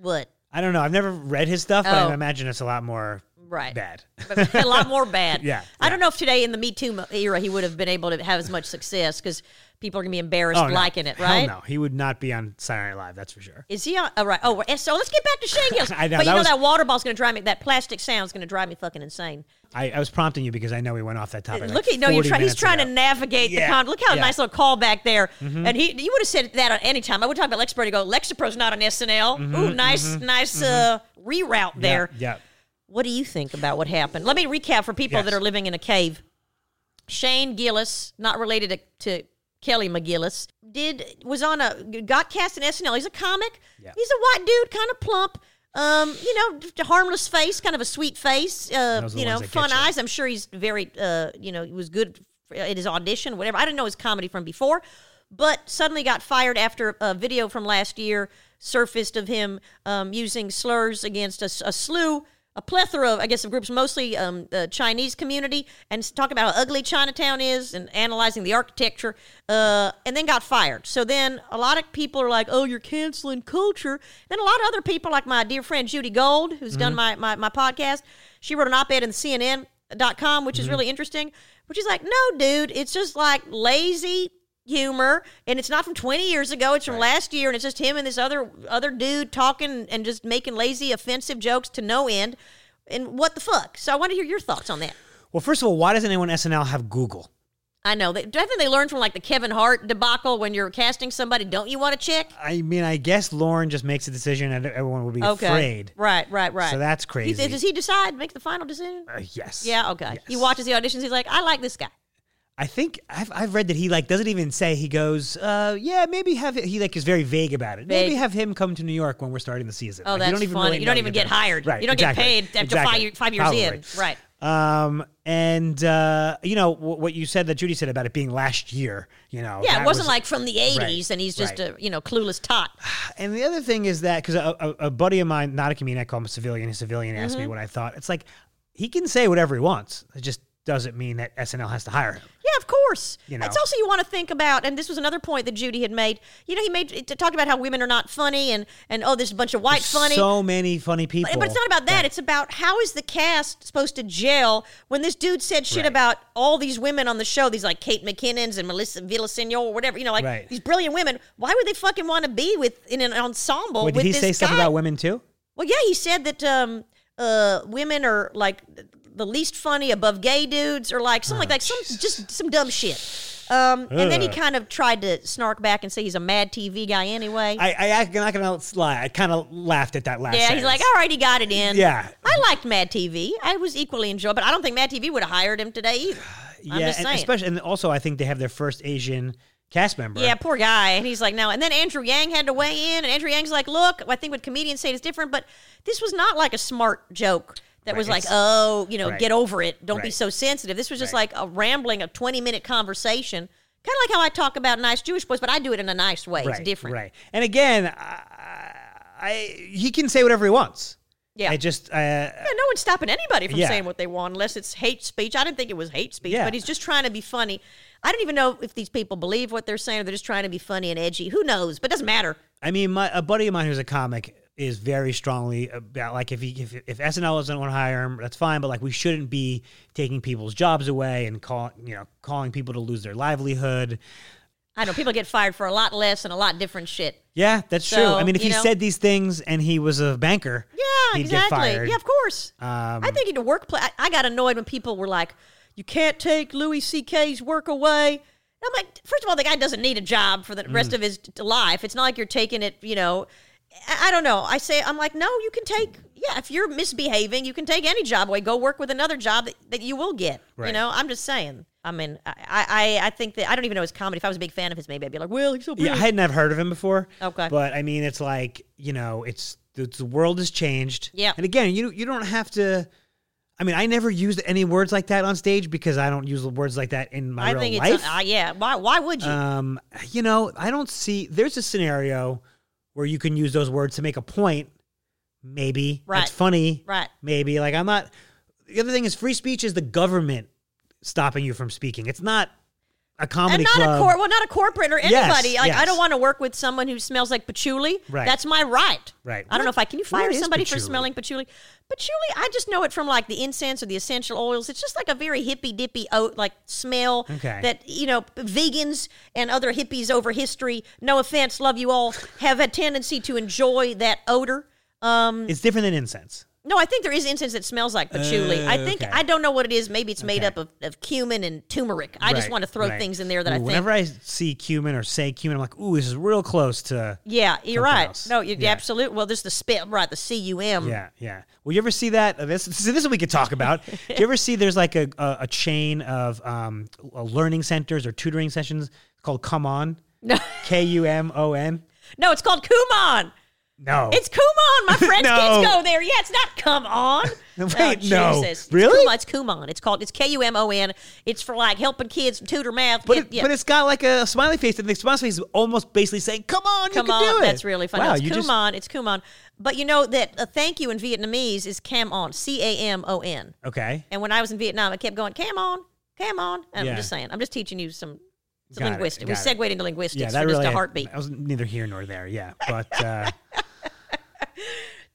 [SPEAKER 2] what?
[SPEAKER 3] I don't know. I've never read his stuff, but
[SPEAKER 2] Oh.
[SPEAKER 3] I imagine it's a lot more
[SPEAKER 2] Right.
[SPEAKER 3] bad.
[SPEAKER 2] But a lot more bad.
[SPEAKER 3] Yeah,
[SPEAKER 2] I don't know if today in the Me Too mo- era he would have been able to have as much success because people are going to be embarrassed
[SPEAKER 3] Oh, no.
[SPEAKER 2] liking it,
[SPEAKER 3] Hell
[SPEAKER 2] right?
[SPEAKER 3] no, he would not be on Saturday Night Live. That's for sure.
[SPEAKER 2] Is he on? All right. Oh, we're- so let's get back to Shane Gillis.
[SPEAKER 3] I know,
[SPEAKER 2] but
[SPEAKER 3] that
[SPEAKER 2] you know
[SPEAKER 3] was-
[SPEAKER 2] that water ball's going to drive me, that plastic sound's going to drive me fucking insane.
[SPEAKER 3] I, I was prompting you because I know we went off that topic.
[SPEAKER 2] Look at no, you're trying. He's trying to navigate
[SPEAKER 3] Yeah,
[SPEAKER 2] the con. Look how
[SPEAKER 3] yeah. Mm-hmm.
[SPEAKER 2] nice little call back there. And he, you would have said that at any time. I would talk about Lexapro to go. Lexapro's not on SNL. Ooh, nice, nice uh, reroute there.
[SPEAKER 3] Mm-hmm, Yeah,
[SPEAKER 2] What do you think about what happened? Let me recap for people
[SPEAKER 3] Yes.
[SPEAKER 2] that are living in a cave. Shane Gillis, not related to, to Kelly McGillis, did was on a got cast in SNL. He's a comic.
[SPEAKER 3] Yeah.
[SPEAKER 2] He's a white dude, kind of plump. Um, you know, d- harmless face, kind of a sweet face. Uh,
[SPEAKER 3] Those are the
[SPEAKER 2] you know,
[SPEAKER 3] ones that
[SPEAKER 2] fun
[SPEAKER 3] get you.
[SPEAKER 2] eyes. I'm sure he's very. Uh, you know, he was good at his audition, whatever. I didn't know his comedy from before, but suddenly got fired after a video from last year surfaced of him um, using slurs against a, s- a slew. A plethora of, I guess, of groups, mostly um, the Chinese community, and s- talking about how ugly Chinatown is and analyzing the architecture, uh, and then got fired. So then a lot of people are like, oh, you're canceling culture. Then a lot of other people, like my dear friend Judy Gold, who's done my, my, my podcast, she wrote an op ed in CNN dot com, which is
[SPEAKER 3] Mm-hmm.
[SPEAKER 2] really interesting. Which is like, no, dude, it's just like lazy humor, and it's not from twenty years ago. It's from last year, and it's just him and this other other dude talking and just making lazy, offensive jokes to no end. And what the fuck? So I want to hear your thoughts on that.
[SPEAKER 3] Well, first of all, why doesn't anyone SNL have Google?
[SPEAKER 2] I know. They, I think they learned from like the Kevin Hart debacle when you're casting somebody. Don't you want to check?
[SPEAKER 3] I mean, I guess Lauren just makes a decision, and everyone will be
[SPEAKER 2] Okay.
[SPEAKER 3] afraid.
[SPEAKER 2] Right. Right. Right.
[SPEAKER 3] So that's
[SPEAKER 2] He-
[SPEAKER 3] crazy.
[SPEAKER 2] does he decide? Make the final decision?
[SPEAKER 3] Uh, yes.
[SPEAKER 2] Yeah. Okay. He
[SPEAKER 3] Yes.
[SPEAKER 2] watches the auditions. He's like, I like this guy.
[SPEAKER 3] I think I've, I've read that he like doesn't even say he goes. Uh, yeah, maybe have it. he like is very vague about it. Maybe
[SPEAKER 2] Vague.
[SPEAKER 3] have him come to New York when we're starting the season.
[SPEAKER 2] Oh,
[SPEAKER 3] Like,
[SPEAKER 2] that's
[SPEAKER 3] you don't even
[SPEAKER 2] funny.
[SPEAKER 3] really
[SPEAKER 2] you don't
[SPEAKER 3] know
[SPEAKER 2] even
[SPEAKER 3] you're
[SPEAKER 2] get
[SPEAKER 3] gonna-
[SPEAKER 2] hired.
[SPEAKER 3] Right,
[SPEAKER 2] you don't
[SPEAKER 3] exactly.
[SPEAKER 2] get paid after
[SPEAKER 3] Exactly.
[SPEAKER 2] five, five years in.
[SPEAKER 3] Probably.
[SPEAKER 2] Right.
[SPEAKER 3] Um, and uh, you know w- what you said that Judy said about it being last year. You know,
[SPEAKER 2] Yeah,
[SPEAKER 3] that
[SPEAKER 2] it wasn't
[SPEAKER 3] was-
[SPEAKER 2] like from the 80s and he's just
[SPEAKER 3] right.
[SPEAKER 2] a, you know, clueless tot.
[SPEAKER 3] And the other thing is that because a, a, a buddy of mine, not a comedian, I call him a civilian. A civilian asked
[SPEAKER 2] Mm-hmm.
[SPEAKER 3] me what I thought. It's like he can say whatever he wants. It just doesn't mean that SNL has to hire him.
[SPEAKER 2] Yeah, of course.
[SPEAKER 3] You
[SPEAKER 2] It's
[SPEAKER 3] know.
[SPEAKER 2] also you want to think about, and this was another point that Judy had made. You know, he made it talked about how women are not funny, and and oh, there's a bunch of white funny.
[SPEAKER 3] So many funny people.
[SPEAKER 2] but it's not about that. It's about how is the cast supposed to gel when this dude said shit
[SPEAKER 3] Right.
[SPEAKER 2] about all these women on the show, these like Kate McKinnons and Melissa Villaseñor or whatever, you know, like
[SPEAKER 3] Right.
[SPEAKER 2] these brilliant women. Why would they fucking want to be with in an ensemble?
[SPEAKER 3] Wait, did
[SPEAKER 2] with
[SPEAKER 3] he
[SPEAKER 2] this
[SPEAKER 3] say stuff
[SPEAKER 2] guy?
[SPEAKER 3] about women too?
[SPEAKER 2] Well, yeah, he said that um, uh, women are like the least funny above gay dudes, or like something like that. Some
[SPEAKER 3] Ah,
[SPEAKER 2] just some dumb shit. Um, and then he
[SPEAKER 3] Ugh.
[SPEAKER 2] kind of tried to snark back and say he's a mad TV guy anyway.
[SPEAKER 3] I, I I'm not gonna lie. I kind of laughed at that last.
[SPEAKER 2] yeah, he's like, "Oh,
[SPEAKER 3] sentence.
[SPEAKER 2] all right, he got it in.
[SPEAKER 3] Yeah.
[SPEAKER 2] I liked Mad TV. I was equally enjoyable, but I don't think Mad TV would have hired him today either. I'm
[SPEAKER 3] yeah,
[SPEAKER 2] just
[SPEAKER 3] and
[SPEAKER 2] saying.
[SPEAKER 3] especially and also I think they have their first Asian cast member.
[SPEAKER 2] Yeah, poor guy. And he's like, no. And then Andrew Yang had to weigh in, and Andrew Yang's like, look, I think what comedians say is different, but this was not like a smart joke that was
[SPEAKER 3] Right,
[SPEAKER 2] like,
[SPEAKER 3] it's-
[SPEAKER 2] oh, you know,
[SPEAKER 3] right.
[SPEAKER 2] get over it. Don't be
[SPEAKER 3] Right.
[SPEAKER 2] so sensitive. This was just
[SPEAKER 3] Right.
[SPEAKER 2] like a rambling, a 20 minute conversation. Kind of like how I talk about nice Jewish boys, but I do it in a nice way.
[SPEAKER 3] right,
[SPEAKER 2] it's different.
[SPEAKER 3] Right, and again, I, I he can say whatever he wants.
[SPEAKER 2] Yeah.
[SPEAKER 3] I just uh,
[SPEAKER 2] Yeah, no one's stopping anybody from
[SPEAKER 3] Yeah.
[SPEAKER 2] saying what they want unless it's hate speech. I didn't think it was hate speech,
[SPEAKER 3] Yeah.
[SPEAKER 2] but he's just trying to be funny. I don't even know if these people believe what they're saying or they're just trying to be funny and edgy. Who knows? But it doesn't matter.
[SPEAKER 3] I mean, my, a buddy of mine who's a comic is very strongly about like if he if, if SNL doesn't want to hire him, that's fine. But like we shouldn't be taking people's jobs away and call you know calling people to lose their livelihood.
[SPEAKER 2] I know people get fired for a lot less and a lot different shit.
[SPEAKER 3] Yeah, that's true.
[SPEAKER 2] So,
[SPEAKER 3] I mean, if
[SPEAKER 2] you
[SPEAKER 3] he
[SPEAKER 2] know-
[SPEAKER 3] said these things and he was a banker,
[SPEAKER 2] Yeah,
[SPEAKER 3] he'd
[SPEAKER 2] exactly.
[SPEAKER 3] get fired.
[SPEAKER 2] Yeah, of course.
[SPEAKER 3] Um,
[SPEAKER 2] I think in the workplace, I, I got annoyed when people were like, "You can't take Louis C.K.'s work away." And I'm like, first of all, the guy doesn't need a job
[SPEAKER 3] Mm.
[SPEAKER 2] for the rest of his t- life. It's not like you're taking it. You know, I, I don't know. I say, I'm like, no, you can take. Yeah, yeah, if you're misbehaving, you can take any job away. Go work with another job that, that you will get. You
[SPEAKER 3] Right.
[SPEAKER 2] know, I'm just saying. I mean, I, I, I think that I don't even know his comedy. If I was a big fan of his, maybe I'd be like, well, he's so
[SPEAKER 3] Yeah, I
[SPEAKER 2] brilliant.
[SPEAKER 3] had never heard of him before.
[SPEAKER 2] Okay.
[SPEAKER 3] But I mean, it's like you know, it's the, the world has changed.
[SPEAKER 2] Yeah.
[SPEAKER 3] And again, you you don't have to. I mean, I never used any words like that on stage because I don't use words like that in my
[SPEAKER 2] I
[SPEAKER 3] real
[SPEAKER 2] think
[SPEAKER 3] life.
[SPEAKER 2] it's uh, yeah. Why why would you?
[SPEAKER 3] um, you know, I don't see. There's a scenario where you can use those words to make a point. Maybe
[SPEAKER 2] Right.
[SPEAKER 3] That's funny.
[SPEAKER 2] Right.
[SPEAKER 3] Maybe like I'm not. The other thing is, free speech is the government stopping you from speaking. It's not a comedy
[SPEAKER 2] and not
[SPEAKER 3] club.
[SPEAKER 2] a cor- well, not a corporate or
[SPEAKER 3] Yes,
[SPEAKER 2] anybody. like I
[SPEAKER 3] yes.
[SPEAKER 2] don't want to work with someone who smells like patchouli.
[SPEAKER 3] Right.
[SPEAKER 2] That's my right.
[SPEAKER 3] Right.
[SPEAKER 2] I don't know if I can you fire
[SPEAKER 3] what is
[SPEAKER 2] somebody for
[SPEAKER 3] patchouli?
[SPEAKER 2] smelling patchouli. Patchouli, I just know it from like the incense or the essential oils. It's just like a very hippy dippy oat like smell
[SPEAKER 3] Okay.
[SPEAKER 2] that you know vegans and other hippies over history. No offense, love you all. Have a tendency to enjoy that odor. Um,
[SPEAKER 3] it's different than incense.
[SPEAKER 2] no, I think there is incense that smells like patchouli.
[SPEAKER 3] Oh,
[SPEAKER 2] I think
[SPEAKER 3] okay.
[SPEAKER 2] I don't know what it is. Maybe it's made
[SPEAKER 3] Okay.
[SPEAKER 2] up of, of cumin and turmeric. I just
[SPEAKER 3] Right,
[SPEAKER 2] want to throw
[SPEAKER 3] right.
[SPEAKER 2] things in there that
[SPEAKER 3] Ooh,
[SPEAKER 2] I think.
[SPEAKER 3] Whenever I see cumin or say cumin, I'm like, ooh, this is real close to.
[SPEAKER 2] Yeah, you're
[SPEAKER 3] Something
[SPEAKER 2] right.
[SPEAKER 3] else.
[SPEAKER 2] No, you're
[SPEAKER 3] Yeah.
[SPEAKER 2] absolute. Well, there's the spell, right? The C U M.
[SPEAKER 3] Yeah, yeah. Well, you ever see that? uh, This, so this we could talk about. Do you ever see there's like a, a, a chain of um, uh, learning centers or tutoring sessions called Come On?
[SPEAKER 2] No,
[SPEAKER 3] K U M O N?
[SPEAKER 2] no, it's called Kumon.
[SPEAKER 3] No.
[SPEAKER 2] It's Kumon. My friends'
[SPEAKER 3] No.
[SPEAKER 2] kids go there. Yeah, it's not come on. Oh,
[SPEAKER 3] Wait, no.
[SPEAKER 2] Jesus. It's
[SPEAKER 3] Really?
[SPEAKER 2] Kumon. It's Kumon. It's called. It's K U M O N. It's for like helping kids tutor math.
[SPEAKER 3] but,
[SPEAKER 2] Get-
[SPEAKER 3] it,
[SPEAKER 2] yeah.
[SPEAKER 3] but it's got like a smiley face, and the smiley face is almost basically saying, "Come on,
[SPEAKER 2] Come
[SPEAKER 3] you can
[SPEAKER 2] on,
[SPEAKER 3] do it."
[SPEAKER 2] that's really funny.
[SPEAKER 3] Wow,
[SPEAKER 2] it's
[SPEAKER 3] you just
[SPEAKER 2] Kumon. It's Kumon. But you know that a thank you in Vietnamese is Cam on. C A M O N.
[SPEAKER 3] okay.
[SPEAKER 2] And when I was in Vietnam, I kept going Cam on, Cam on. And I'm
[SPEAKER 3] Yeah,
[SPEAKER 2] just saying. I'm just teaching you some. some
[SPEAKER 3] Got it,
[SPEAKER 2] linguistics. we
[SPEAKER 3] got it.
[SPEAKER 2] segued into linguistics
[SPEAKER 3] Yeah,
[SPEAKER 2] for
[SPEAKER 3] that
[SPEAKER 2] just
[SPEAKER 3] really.
[SPEAKER 2] a heartbeat.
[SPEAKER 3] I was neither here nor there. Yeah, but. Uh,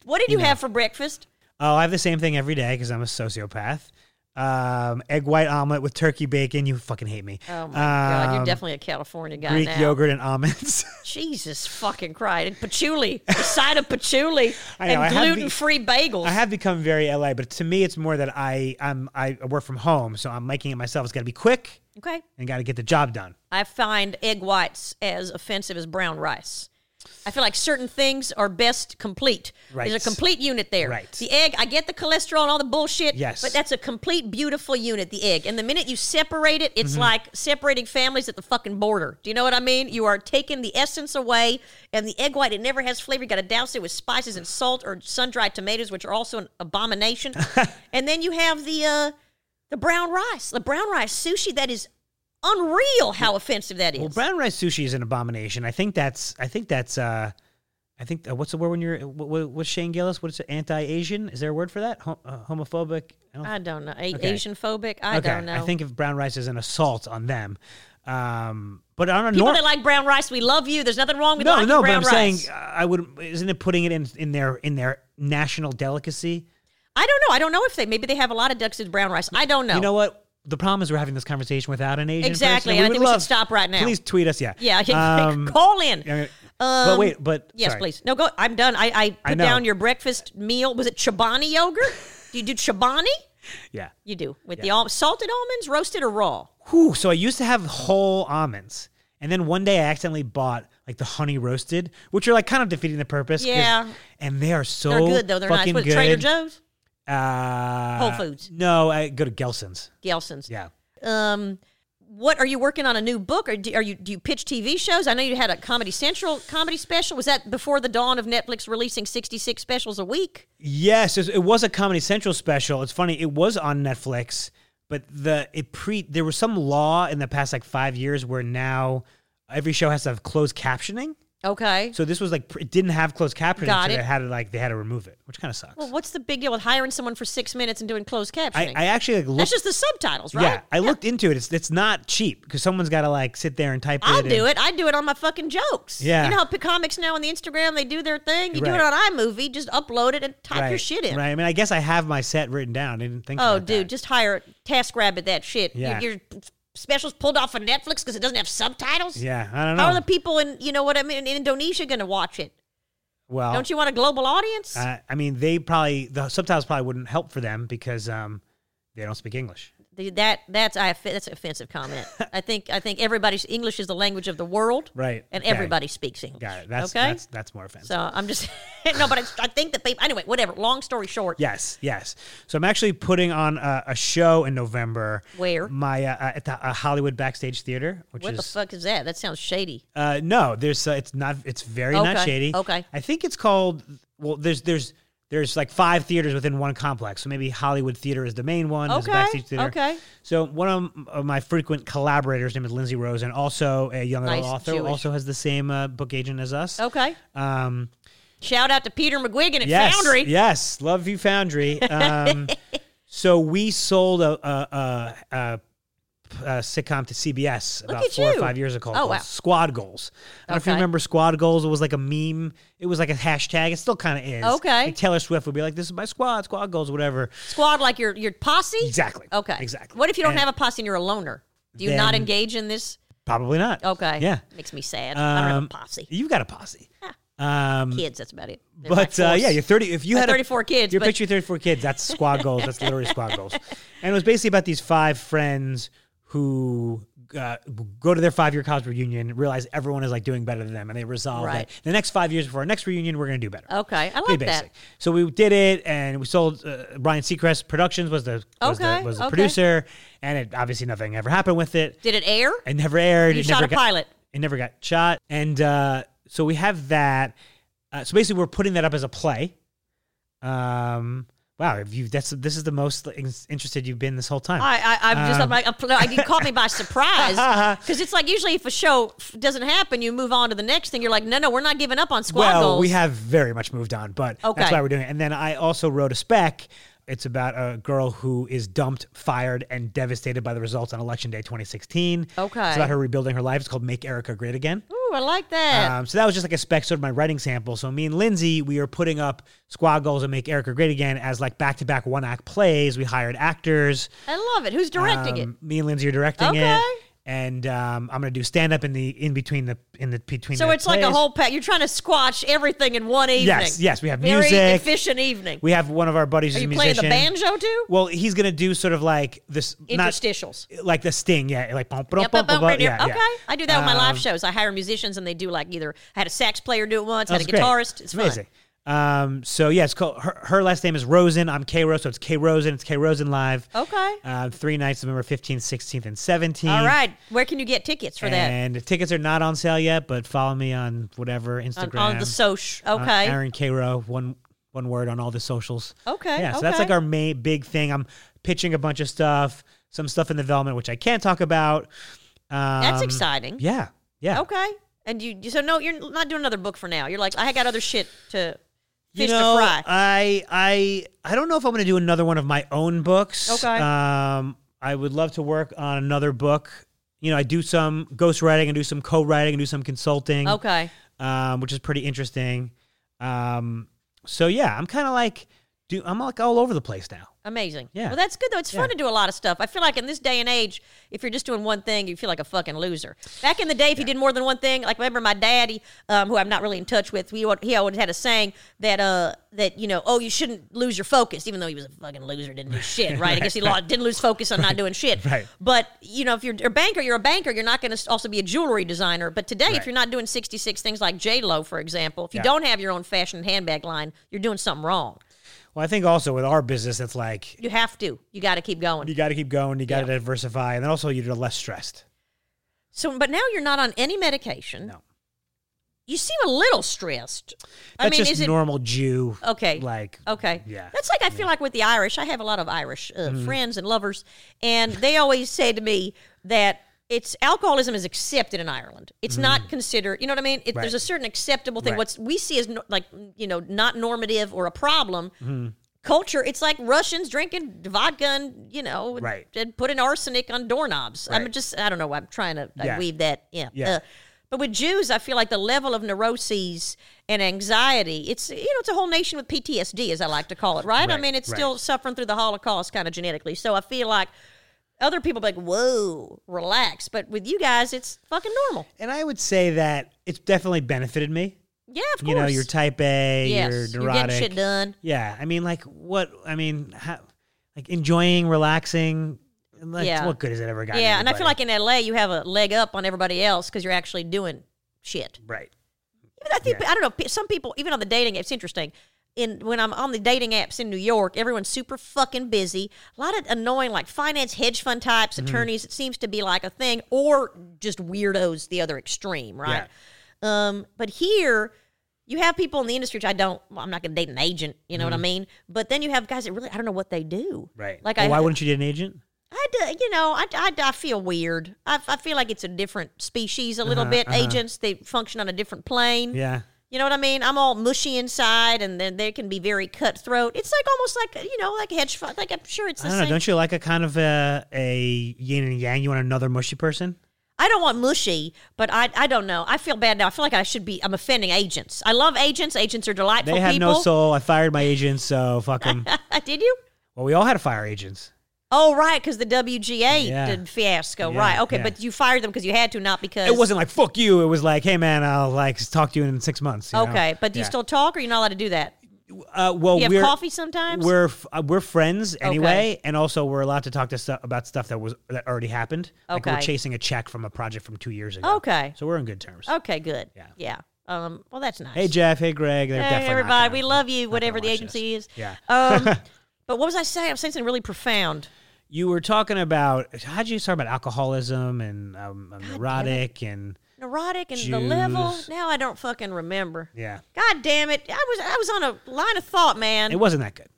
[SPEAKER 2] What did you, have for breakfast?
[SPEAKER 3] Oh, I have the same thing every day because I'm a sociopath. Um, egg white omelet with turkey bacon. You fucking hate me.
[SPEAKER 2] Oh my god, you're
[SPEAKER 3] Um,
[SPEAKER 2] definitely a California guy
[SPEAKER 3] Greek
[SPEAKER 2] now.
[SPEAKER 3] yogurt and almonds.
[SPEAKER 2] Jesus fucking Christ! And patchouli, a side of patchouli,
[SPEAKER 3] I know, I
[SPEAKER 2] and
[SPEAKER 3] have the-
[SPEAKER 2] gluten-free bagels.
[SPEAKER 3] I have become very LA, but to me, it's more that I I'm, I work from home, so I'm making it myself. It's got to be quick
[SPEAKER 2] okay,
[SPEAKER 3] and got to get the job done.
[SPEAKER 2] I find egg whites as offensive as brown rice. I feel like certain things are best complete.
[SPEAKER 3] Right.
[SPEAKER 2] There's a complete unit there.
[SPEAKER 3] Right.
[SPEAKER 2] The egg, I get the cholesterol and all the bullshit.
[SPEAKER 3] Yes.
[SPEAKER 2] But that's a complete, beautiful unit, the egg. And the minute you separate it,
[SPEAKER 3] Mm-hmm.
[SPEAKER 2] it's like separating families at the fucking border. Do you know what I mean? You are taking the essence away, and the egg white, it never has flavor. You got to douse it with spices and salt or sun dried tomatoes, which are also an abomination. and then you have the. Uh, the brown rice, the brown rice sushi, that is unreal how offensive that is.
[SPEAKER 3] Well, brown rice sushi is an abomination. I think that's I think that's uh, I think uh, what's the word when you're what, what's Shane Gillis? What's it? Anti-Asian? Is there a word for that? Hom- uh, homophobic? I don't
[SPEAKER 2] I don't know. A-
[SPEAKER 3] Okay.
[SPEAKER 2] Asian phobic? I
[SPEAKER 3] okay.
[SPEAKER 2] don't know.
[SPEAKER 3] I think if brown rice is an assault on them, um, but on a
[SPEAKER 2] People
[SPEAKER 3] nor-
[SPEAKER 2] that like brown rice, we love you. There's nothing wrong with
[SPEAKER 3] no,
[SPEAKER 2] liking
[SPEAKER 3] no, but
[SPEAKER 2] brown
[SPEAKER 3] I'm
[SPEAKER 2] rice.
[SPEAKER 3] saying uh, I would. Isn't it putting it in in their in their national delicacy?
[SPEAKER 2] I don't know. I don't know if they maybe they have a lot of ducks with brown rice. I don't know.
[SPEAKER 3] You know what? The problem is we're having this conversation without an Asian.
[SPEAKER 2] Exactly,
[SPEAKER 3] person,
[SPEAKER 2] and I
[SPEAKER 3] would
[SPEAKER 2] think we should
[SPEAKER 3] love-
[SPEAKER 2] stop right now.
[SPEAKER 3] Please tweet us. Yeah.
[SPEAKER 2] yeah,
[SPEAKER 3] Um,
[SPEAKER 2] call in.
[SPEAKER 3] I mean,
[SPEAKER 2] Um,
[SPEAKER 3] but wait, but
[SPEAKER 2] yes,
[SPEAKER 3] sorry.
[SPEAKER 2] please. No, go. I'm done. I, I put
[SPEAKER 3] know.
[SPEAKER 2] down your breakfast meal. Was it Chobani yogurt? do you do Chobani?
[SPEAKER 3] Yeah.
[SPEAKER 2] You do with the al- salted almonds, roasted or raw.
[SPEAKER 3] Whew, so I used to have whole almonds, and then one day I accidentally bought like the honey roasted, which are like kind of defeating the purpose. 'cause-
[SPEAKER 2] Yeah.
[SPEAKER 3] And they are so
[SPEAKER 2] They're good though. They're nice.
[SPEAKER 3] fucking
[SPEAKER 2] What,
[SPEAKER 3] good.
[SPEAKER 2] Trader Joe's,
[SPEAKER 3] Uh,
[SPEAKER 2] Whole Foods.
[SPEAKER 3] No, I go to Gelson's.
[SPEAKER 2] Gelson's.
[SPEAKER 3] Yeah.
[SPEAKER 2] um what are you working on a new book or do, are you do you pitch TV shows? I know you had a Comedy Central comedy special. Was that before the dawn of Netflix releasing 66 specials a week?
[SPEAKER 3] Yes, it it was a Comedy Central special. It's funny, it was on Netflix, but the it pre there was some law in the past like five years where now every show has to have closed captioning.
[SPEAKER 2] Okay.
[SPEAKER 3] So this was like pre- it didn't have closed captioning,
[SPEAKER 2] Got
[SPEAKER 3] so
[SPEAKER 2] it.
[SPEAKER 3] they had to like they had to remove it, which kind of sucks.
[SPEAKER 2] well, what's the big deal with hiring someone for 6 minutes and doing closed
[SPEAKER 3] I,
[SPEAKER 2] captioning?
[SPEAKER 3] I actually like looked.
[SPEAKER 2] That's just the subtitles, right?
[SPEAKER 3] Yeah, I looked into it. It's it's not cheap because someone's got to like sit there and type
[SPEAKER 2] I'll
[SPEAKER 3] it.
[SPEAKER 2] do
[SPEAKER 3] and-
[SPEAKER 2] it. I do it on my fucking jokes.
[SPEAKER 3] Yeah.
[SPEAKER 2] You know how p- comics now on the Instagram they do their thing. You do it
[SPEAKER 3] Right.
[SPEAKER 2] on iMovie, just upload it and type your shit in.
[SPEAKER 3] Right. I mean, I guess I have my set written down. I didn't think.
[SPEAKER 2] Oh,
[SPEAKER 3] about
[SPEAKER 2] dude,
[SPEAKER 3] that.
[SPEAKER 2] just hire TaskRabbit that shit. Your-
[SPEAKER 3] Yeah.
[SPEAKER 2] Your, specials pulled off of Netflix because it doesn't have subtitles.
[SPEAKER 3] yeah, I don't know.
[SPEAKER 2] How are the people in you know what I mean in Indonesia going to watch it?
[SPEAKER 3] well,
[SPEAKER 2] Don't you want a global audience?
[SPEAKER 3] Uh, I mean, they probably the subtitles probably wouldn't help for them because um, they don't speak English.
[SPEAKER 2] Dude, that that's I that's an offensive comment. I think I think everybody's English is the language of the world,
[SPEAKER 3] Right.
[SPEAKER 2] And
[SPEAKER 3] Okay.
[SPEAKER 2] everybody speaks English.
[SPEAKER 3] Got it. That's
[SPEAKER 2] okay.
[SPEAKER 3] that's that's more offensive.
[SPEAKER 2] so I'm just no, but it's, I think that people anyway. Whatever. Long story short,
[SPEAKER 3] Yes, yes. So I'm actually putting on a, a show in November.
[SPEAKER 2] Where?
[SPEAKER 3] My uh, uh, at the uh, Hollywood Backstage Theater, which
[SPEAKER 2] what
[SPEAKER 3] is
[SPEAKER 2] the fuck is that? That sounds shady.
[SPEAKER 3] Uh, no, there's uh, it's not it's very not
[SPEAKER 2] Okay,
[SPEAKER 3] shady.
[SPEAKER 2] okay.
[SPEAKER 3] I think it's called well. There's there's there's like five theaters within one complex. So maybe Hollywood Theater is the main one. there's a
[SPEAKER 2] Okay,
[SPEAKER 3] backstage theater.
[SPEAKER 2] okay.
[SPEAKER 3] So one of, of my frequent collaborators, named Lindsay Rose, and also a young adult
[SPEAKER 2] Nice
[SPEAKER 3] author,
[SPEAKER 2] Jewish.
[SPEAKER 3] also has the same uh, book agent as us.
[SPEAKER 2] Okay.
[SPEAKER 3] Um,
[SPEAKER 2] Shout out to Peter McGuigan at
[SPEAKER 3] yes,
[SPEAKER 2] Foundry.
[SPEAKER 3] Yes, love you, Foundry. Um, so we sold a, a, a, a, a sitcom to CBS about
[SPEAKER 2] at
[SPEAKER 3] four or
[SPEAKER 2] you.
[SPEAKER 3] five years ago.
[SPEAKER 2] Oh,
[SPEAKER 3] called
[SPEAKER 2] wow.
[SPEAKER 3] Squad Goals. I don't know if you
[SPEAKER 2] Okay.
[SPEAKER 3] remember Squad Goals. It was like a meme. It was like a hashtag. It still kind of is.
[SPEAKER 2] Okay.
[SPEAKER 3] Like Taylor Swift would be like, "This is my squad. Squad Goals, whatever."
[SPEAKER 2] Squad like your your posse.
[SPEAKER 3] Exactly.
[SPEAKER 2] Okay.
[SPEAKER 3] Exactly.
[SPEAKER 2] What if you don't
[SPEAKER 3] And
[SPEAKER 2] have a posse and you're a loner? Do you not
[SPEAKER 3] Then-
[SPEAKER 2] engage in this?
[SPEAKER 3] Probably not.
[SPEAKER 2] Okay.
[SPEAKER 3] Yeah.
[SPEAKER 2] Makes me sad. I don't have a
[SPEAKER 3] Um,
[SPEAKER 2] posse.
[SPEAKER 3] You've got a posse. Um,
[SPEAKER 2] Kids, that's about it. They're like
[SPEAKER 3] But uh,
[SPEAKER 2] forced.
[SPEAKER 3] yeah, you're 30. If you
[SPEAKER 2] Uh,
[SPEAKER 3] had a-
[SPEAKER 2] 34 kids,
[SPEAKER 3] your
[SPEAKER 2] but-
[SPEAKER 3] picture 34 kids. That's squad goals. That's literally squad goals. And it was basically about these five friends who uh, go to their five year college reunion, realize everyone is like doing better than them, and they resolve
[SPEAKER 2] Right.
[SPEAKER 3] that the next five years before our next reunion, we're going to do better.
[SPEAKER 2] okay. I like
[SPEAKER 3] Pretty
[SPEAKER 2] that.
[SPEAKER 3] basic. So we did it, and we sold. Uh, Brian Seacrest Productions was the was
[SPEAKER 2] Okay,
[SPEAKER 3] the, was the
[SPEAKER 2] okay.
[SPEAKER 3] producer, and it obviously nothing ever happened with it.
[SPEAKER 2] Did it air?
[SPEAKER 3] It never aired.
[SPEAKER 2] You
[SPEAKER 3] it
[SPEAKER 2] shot
[SPEAKER 3] never
[SPEAKER 2] a
[SPEAKER 3] got-
[SPEAKER 2] pilot.
[SPEAKER 3] it never got shot. And uh, so we have that. Uh, so basically, we're putting that up as a play. Um, wow, if you that's this is the most in- interested you've been this whole time.
[SPEAKER 2] I, I, I'm just, I'm
[SPEAKER 3] Um,
[SPEAKER 2] like, I'm, no, you caught me by surprise because it's like usually if a show f- doesn't happen, you move on to the next thing. You're like, no, no, we're not giving up on squad
[SPEAKER 3] well,
[SPEAKER 2] goals.
[SPEAKER 3] we have very much moved on, but that's
[SPEAKER 2] Okay.
[SPEAKER 3] why we're doing it. And then I also wrote a spec. It's about a girl who is dumped, fired, and devastated by the results on election day 2016.
[SPEAKER 2] Okay.
[SPEAKER 3] It's about her rebuilding her life. It's called Make Erica Great Again.
[SPEAKER 2] Ooh, I like that.
[SPEAKER 3] Um, so that was just like a spec sort of my writing sample. So me and Lindsay, we are putting up squad goals and make Erica great again as like back to back one act plays. We hired actors.
[SPEAKER 2] I love it. Who's directing
[SPEAKER 3] Um, Me and Lindsay are directing
[SPEAKER 2] Okay.
[SPEAKER 3] it. And um, I'm gonna do stand up in the in between the in the between.
[SPEAKER 2] it? So
[SPEAKER 3] the
[SPEAKER 2] it's like a
[SPEAKER 3] plays.
[SPEAKER 2] whole pack. You're trying to squash everything in one evening.
[SPEAKER 3] Yes, yes, we have
[SPEAKER 2] Very
[SPEAKER 3] music.
[SPEAKER 2] efficient evening.
[SPEAKER 3] We have one of our buddies
[SPEAKER 2] Are
[SPEAKER 3] who's
[SPEAKER 2] you
[SPEAKER 3] a
[SPEAKER 2] playing the
[SPEAKER 3] musician.
[SPEAKER 2] banjo too?
[SPEAKER 3] Well, he's gonna do sort of like this not
[SPEAKER 2] Interstitials.
[SPEAKER 3] like the sting, yeah, like bum, ba-dum,
[SPEAKER 2] Yep,
[SPEAKER 3] bum,
[SPEAKER 2] yep,
[SPEAKER 3] ba-dum,
[SPEAKER 2] yep, right here.
[SPEAKER 3] yeah, yeah.
[SPEAKER 2] okay. I do that with my
[SPEAKER 3] Um,
[SPEAKER 2] live shows. I hire musicians and they do like either I had a sax player do it once, had a
[SPEAKER 3] That's great.
[SPEAKER 2] guitarist. It's fun.
[SPEAKER 3] amazing. Um, so yeah, it's called her, her last name is Rosen. I'm K Rose, so it's K Rosen. It's K Rosen live.
[SPEAKER 2] Okay.
[SPEAKER 3] Uh, three nights, November 15th, 16th, and 17th.
[SPEAKER 2] All right. Where can you get tickets for that?
[SPEAKER 3] And the tickets are not on sale yet, but follow me on whatever
[SPEAKER 2] On,
[SPEAKER 3] Instagram.
[SPEAKER 2] on the soch.
[SPEAKER 3] uh,
[SPEAKER 2] Okay.
[SPEAKER 3] Aaron K Rowe, one one word on all the socials.
[SPEAKER 2] Okay,
[SPEAKER 3] Yeah, so that's
[SPEAKER 2] okay.
[SPEAKER 3] like our main big thing. I'm pitching a bunch of stuff, some stuff in development which I can't talk about. Um,
[SPEAKER 2] That's exciting.
[SPEAKER 3] Yeah. Yeah.
[SPEAKER 2] Okay. And you, you- so no, you're not doing another book for now. You're like, I got other shit to
[SPEAKER 3] You
[SPEAKER 2] fish
[SPEAKER 3] know,
[SPEAKER 2] to fry.
[SPEAKER 3] I I I don't know if I'm going to do another one of my own books.
[SPEAKER 2] Okay.
[SPEAKER 3] Um, I would love to work on another book. You know, I do some ghostwriting and do some co-writing and do some consulting.
[SPEAKER 2] okay.
[SPEAKER 3] Um, which is pretty interesting. Um, so yeah, I'm kind of like do I'm like all over the place now.
[SPEAKER 2] Amazing.
[SPEAKER 3] Yeah.
[SPEAKER 2] Well, that's good though. It's fun to do a lot of stuff. I feel like in this day and age, if you're just doing one thing, you feel like a fucking loser. Back in the day, if you did more than one thing, like remember my daddy, um, who I'm not really in touch with. He al- he always had a saying that uh that you know oh you shouldn't lose your focus, even though he was a fucking loser, didn't do shit. Right? I guess he lo- didn't lose focus on not doing shit.
[SPEAKER 3] Right.
[SPEAKER 2] But you know if you're a banker, you're a banker. You're not going to also be a jewelry designer. But today, if
[SPEAKER 3] Right.
[SPEAKER 2] you're not doing 66 things like J Lo, for example, if you
[SPEAKER 3] Yeah.
[SPEAKER 2] don't have your own fashion handbag line, you're doing something wrong.
[SPEAKER 3] Well, I think also with our business, it's like
[SPEAKER 2] You have to. You got to keep going.
[SPEAKER 3] you got to keep going, you got to
[SPEAKER 2] Yeah.
[SPEAKER 3] diversify, and then also you're less stressed.
[SPEAKER 2] So, but now you're not on any medication.
[SPEAKER 3] No.
[SPEAKER 2] You seem a little stressed.
[SPEAKER 3] That's
[SPEAKER 2] I mean,
[SPEAKER 3] just
[SPEAKER 2] is it
[SPEAKER 3] normal Jew.
[SPEAKER 2] okay? Oh.
[SPEAKER 3] Like
[SPEAKER 2] okay,
[SPEAKER 3] yeah. Mm-hmm.
[SPEAKER 2] That's like I feel like with the Irish. I have a lot of Irish uh, friends and lovers, and they always say to me that it's alcoholism is accepted in Ireland. It's not considered. You know what I mean? It, There's
[SPEAKER 3] Mm. Right.
[SPEAKER 2] a certain acceptable thing.
[SPEAKER 3] Right.
[SPEAKER 2] What's we see as no, like you know not normative or a problem.
[SPEAKER 3] Mm-hmm.
[SPEAKER 2] Culture, it's like Russians drinking vodka and you know, and-
[SPEAKER 3] Right.
[SPEAKER 2] and putting arsenic on doorknobs. I'm
[SPEAKER 3] Right.
[SPEAKER 2] just, I don't know. I'm trying to I
[SPEAKER 3] Yeah.
[SPEAKER 2] weave that. Yeah.
[SPEAKER 3] Yeah.
[SPEAKER 2] Uh, but with Jews, I feel like the level of neuroses and anxiety, it's you know, it's a whole nation with PTSD, as I like to call it, right? I
[SPEAKER 3] Right,
[SPEAKER 2] mean, it's
[SPEAKER 3] right.
[SPEAKER 2] still suffering through the Holocaust kind of genetically. So I feel like other people be like, Whoa, relax. But with you guys, it's fucking normal.
[SPEAKER 3] And I would say that it's definitely benefited me.
[SPEAKER 2] Yeah, of course.
[SPEAKER 3] You know, you're type A, you're
[SPEAKER 2] yes, you're
[SPEAKER 3] neurotic.
[SPEAKER 2] getting shit done.
[SPEAKER 3] Yeah, I mean, like what? I mean, how, like enjoying, relaxing, Like,
[SPEAKER 2] Yeah.
[SPEAKER 3] What good has it ever gotten?
[SPEAKER 2] yeah, and I feel
[SPEAKER 3] anybody?
[SPEAKER 2] like in LA you have a leg up on everybody else because you're actually doing shit.
[SPEAKER 3] right.
[SPEAKER 2] But I think
[SPEAKER 3] Yeah.
[SPEAKER 2] I don't know. pe- Some people, even on the dating apps, interesting. In when I'm on the dating apps in New York, everyone's super fucking busy. A lot of annoying, like finance, hedge fund types,
[SPEAKER 3] Mm-hmm.
[SPEAKER 2] attorneys. It seems to be like a thing, or just weirdos, the other extreme, right? Um, but here, you have people in the industry, which I don't. Well, I'm not going to date an agent. You know what I mean? But then you have guys that really I don't know what they do.
[SPEAKER 3] Mm-hmm. Right.
[SPEAKER 2] Like
[SPEAKER 3] Well,
[SPEAKER 2] I,
[SPEAKER 3] why wouldn't you get an agent?
[SPEAKER 2] I do, you know, I, I, I feel weird. I, I feel like it's a different species a little bit. Agents, they function on a different plane.
[SPEAKER 3] Uh-huh, Yeah.
[SPEAKER 2] You know what I mean? I'm all mushy inside, and then they can be very cutthroat. It's like almost like, you know, like hedge fund. Like, I'm sure it's the
[SPEAKER 3] I don't know.
[SPEAKER 2] same.
[SPEAKER 3] Don't you like a kind of a, a yin and yang? You want another mushy person?
[SPEAKER 2] I don't want mushy, but I, I don't know. I feel bad now. I feel like I should be, I'm offending agents. I love agents. Agents are delightful
[SPEAKER 3] They had
[SPEAKER 2] people.
[SPEAKER 3] no soul. I fired my agent, so fuck them.
[SPEAKER 2] Did you?
[SPEAKER 3] well, we all had to fire agents.
[SPEAKER 2] Oh, right, because the WGA
[SPEAKER 3] Yeah.
[SPEAKER 2] did fiasco.
[SPEAKER 3] Yeah,
[SPEAKER 2] right. Okay,
[SPEAKER 3] yeah.
[SPEAKER 2] but you fired them because you had to, not because.
[SPEAKER 3] It wasn't like fuck you. It was like, hey man, I'll like talk to you in six months. you know?
[SPEAKER 2] Okay, but do you
[SPEAKER 3] Yeah.
[SPEAKER 2] still talk or you're not allowed to do that?
[SPEAKER 3] Uh, well,
[SPEAKER 2] You have
[SPEAKER 3] we're
[SPEAKER 2] coffee sometimes?
[SPEAKER 3] we're f- uh, we're friends anyway, and also we're allowed to talk to stu- about stuff that was that already happened. Like we're
[SPEAKER 2] Okay.
[SPEAKER 3] chasing a check from a project from two years ago.
[SPEAKER 2] Okay.
[SPEAKER 3] so we're on good terms.
[SPEAKER 2] Okay, good.
[SPEAKER 3] Yeah.
[SPEAKER 2] Yeah. Um, well, that's nice.
[SPEAKER 3] Hey Jeff. Hey Greg. They're
[SPEAKER 2] Hey,
[SPEAKER 3] definitely not
[SPEAKER 2] everybody,
[SPEAKER 3] gonna-
[SPEAKER 2] we love you,
[SPEAKER 3] not
[SPEAKER 2] whatever the
[SPEAKER 3] gonna watch
[SPEAKER 2] agency
[SPEAKER 3] this.
[SPEAKER 2] is.
[SPEAKER 3] Yeah.
[SPEAKER 2] Um, but what was I saying? I'm saying something really profound.
[SPEAKER 3] You were talking about how'd you talk about alcoholism and um, um, neurotic and
[SPEAKER 2] Neurotic and the level.
[SPEAKER 3] Jews.
[SPEAKER 2] Now I don't fucking remember.
[SPEAKER 3] yeah,
[SPEAKER 2] God damn it! I was I was on a line of thought, man.
[SPEAKER 3] it wasn't that good.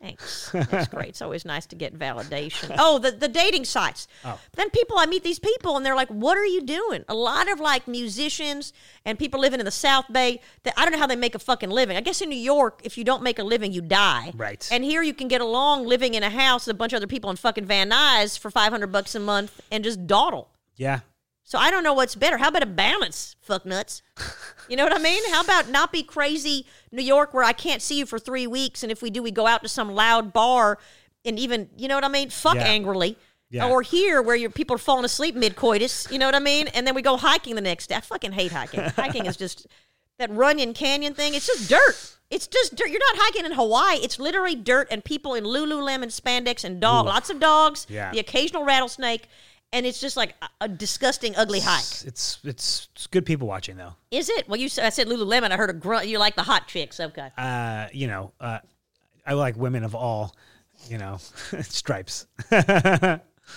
[SPEAKER 2] Thanks. That's great. It's always nice to get validation. Oh, the, the dating sites.
[SPEAKER 3] Oh.
[SPEAKER 2] Then people, I meet these people and they're like, what are you doing? A lot of like musicians and people living in the South Bay that I don't know how they make a fucking living. I guess in New York, if you don't make a living, you die.
[SPEAKER 3] Right.
[SPEAKER 2] And here you can get along living in a house with a bunch of other people in fucking Van Nuys for 500 bucks a month and just dawdle.
[SPEAKER 3] Yeah,
[SPEAKER 2] So I don't know what's better. How about a balance, fuck nuts? You know what I mean? How about not be crazy New York where I can't see you for three weeks, and if we do, we go out to some loud bar and even, you know what I mean? Fuck
[SPEAKER 3] Yeah.
[SPEAKER 2] angrily.
[SPEAKER 3] Yeah.
[SPEAKER 2] Or here where your people are falling asleep mid coitus, you know what I mean? And then we go hiking the next day. I fucking hate hiking. hiking is just that Runyon Canyon thing. It's just dirt. It's just dirt. You're not hiking in Hawaii. It's literally dirt and people in Lululemon spandex and dog, lots of dogs,
[SPEAKER 3] Yeah.
[SPEAKER 2] the occasional rattlesnake, and it's just like a, a disgusting, ugly hike.
[SPEAKER 3] it's, it's it's it's good people watching though.
[SPEAKER 2] Is it? Well, you said I said Lululemon. I heard a grunt. You like the hot chicks? Okay.
[SPEAKER 3] Uh, you know, uh, I like women of all, you know, stripes.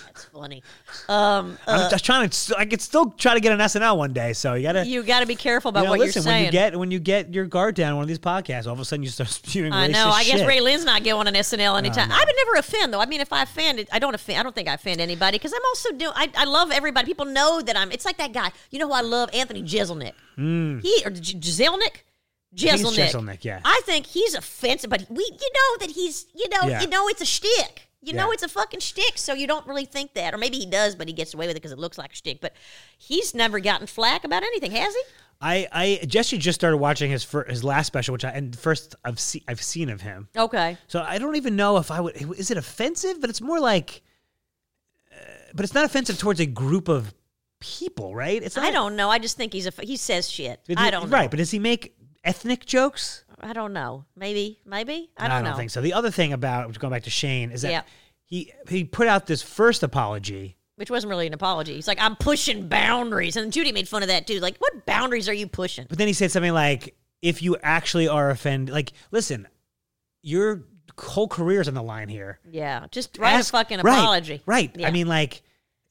[SPEAKER 2] That's funny. Um,
[SPEAKER 3] I'm just trying to. I could still try to get an SNL one day. So you gotta. You
[SPEAKER 2] you got to be careful about
[SPEAKER 3] know,
[SPEAKER 2] what
[SPEAKER 3] listen,
[SPEAKER 2] you're saying.
[SPEAKER 3] when you get when you get your guard down on one of these podcasts, all of a sudden you start spewing.
[SPEAKER 2] I know.
[SPEAKER 3] racist
[SPEAKER 2] I guess
[SPEAKER 3] shit.
[SPEAKER 2] Ray Lynn's not going on SNL anytime. I would never offend though. I mean, if I offend, I don't offend. I don't think I offend anybody because I'm also doing. I, I love everybody. People know that I'm. It's like that guy. You know who I love? Anthony Jeselnik. He or J- Jeselnik.
[SPEAKER 3] Hmm. He's
[SPEAKER 2] Jeselnik.
[SPEAKER 3] Jeselnik, yeah.
[SPEAKER 2] I think he's offensive, but we, you know, that he's, you know,
[SPEAKER 3] Yeah.
[SPEAKER 2] you know, it's a shtick. You know,
[SPEAKER 3] Yeah.
[SPEAKER 2] it's a fucking shtick, so you don't really think that, or maybe he does, but he gets away with it because it looks like a shtick. But he's never gotten flack about anything, has he?
[SPEAKER 3] I, I Jesse just started watching his fir- his last special, which I and first I've seen I've seen of him.
[SPEAKER 2] Okay.
[SPEAKER 3] So I don't even know if I would. Is it offensive? But it's more like. uh, But it's not offensive towards a group of people, right? It's not,
[SPEAKER 2] I don't know. I just think he's a he says shit.
[SPEAKER 3] But
[SPEAKER 2] I
[SPEAKER 3] he-
[SPEAKER 2] don't know.
[SPEAKER 3] Right, but does he make ethnic jokes?
[SPEAKER 2] I don't know. Maybe, maybe. I don't, know.
[SPEAKER 3] think so. The other thing about going back to Shane is that
[SPEAKER 2] Yeah.
[SPEAKER 3] he he put out this first apology.
[SPEAKER 2] Which wasn't really an apology. He's like, I'm pushing boundaries, and Judy made fun of that too. Like, what boundaries are you pushing?
[SPEAKER 3] But then he said something like, if you actually are offended, like, listen, your whole career's on the line here.
[SPEAKER 2] Yeah, just write
[SPEAKER 3] Ask-
[SPEAKER 2] a fucking
[SPEAKER 3] right,
[SPEAKER 2] apology.
[SPEAKER 3] Right.
[SPEAKER 2] Yeah.
[SPEAKER 3] I mean, like,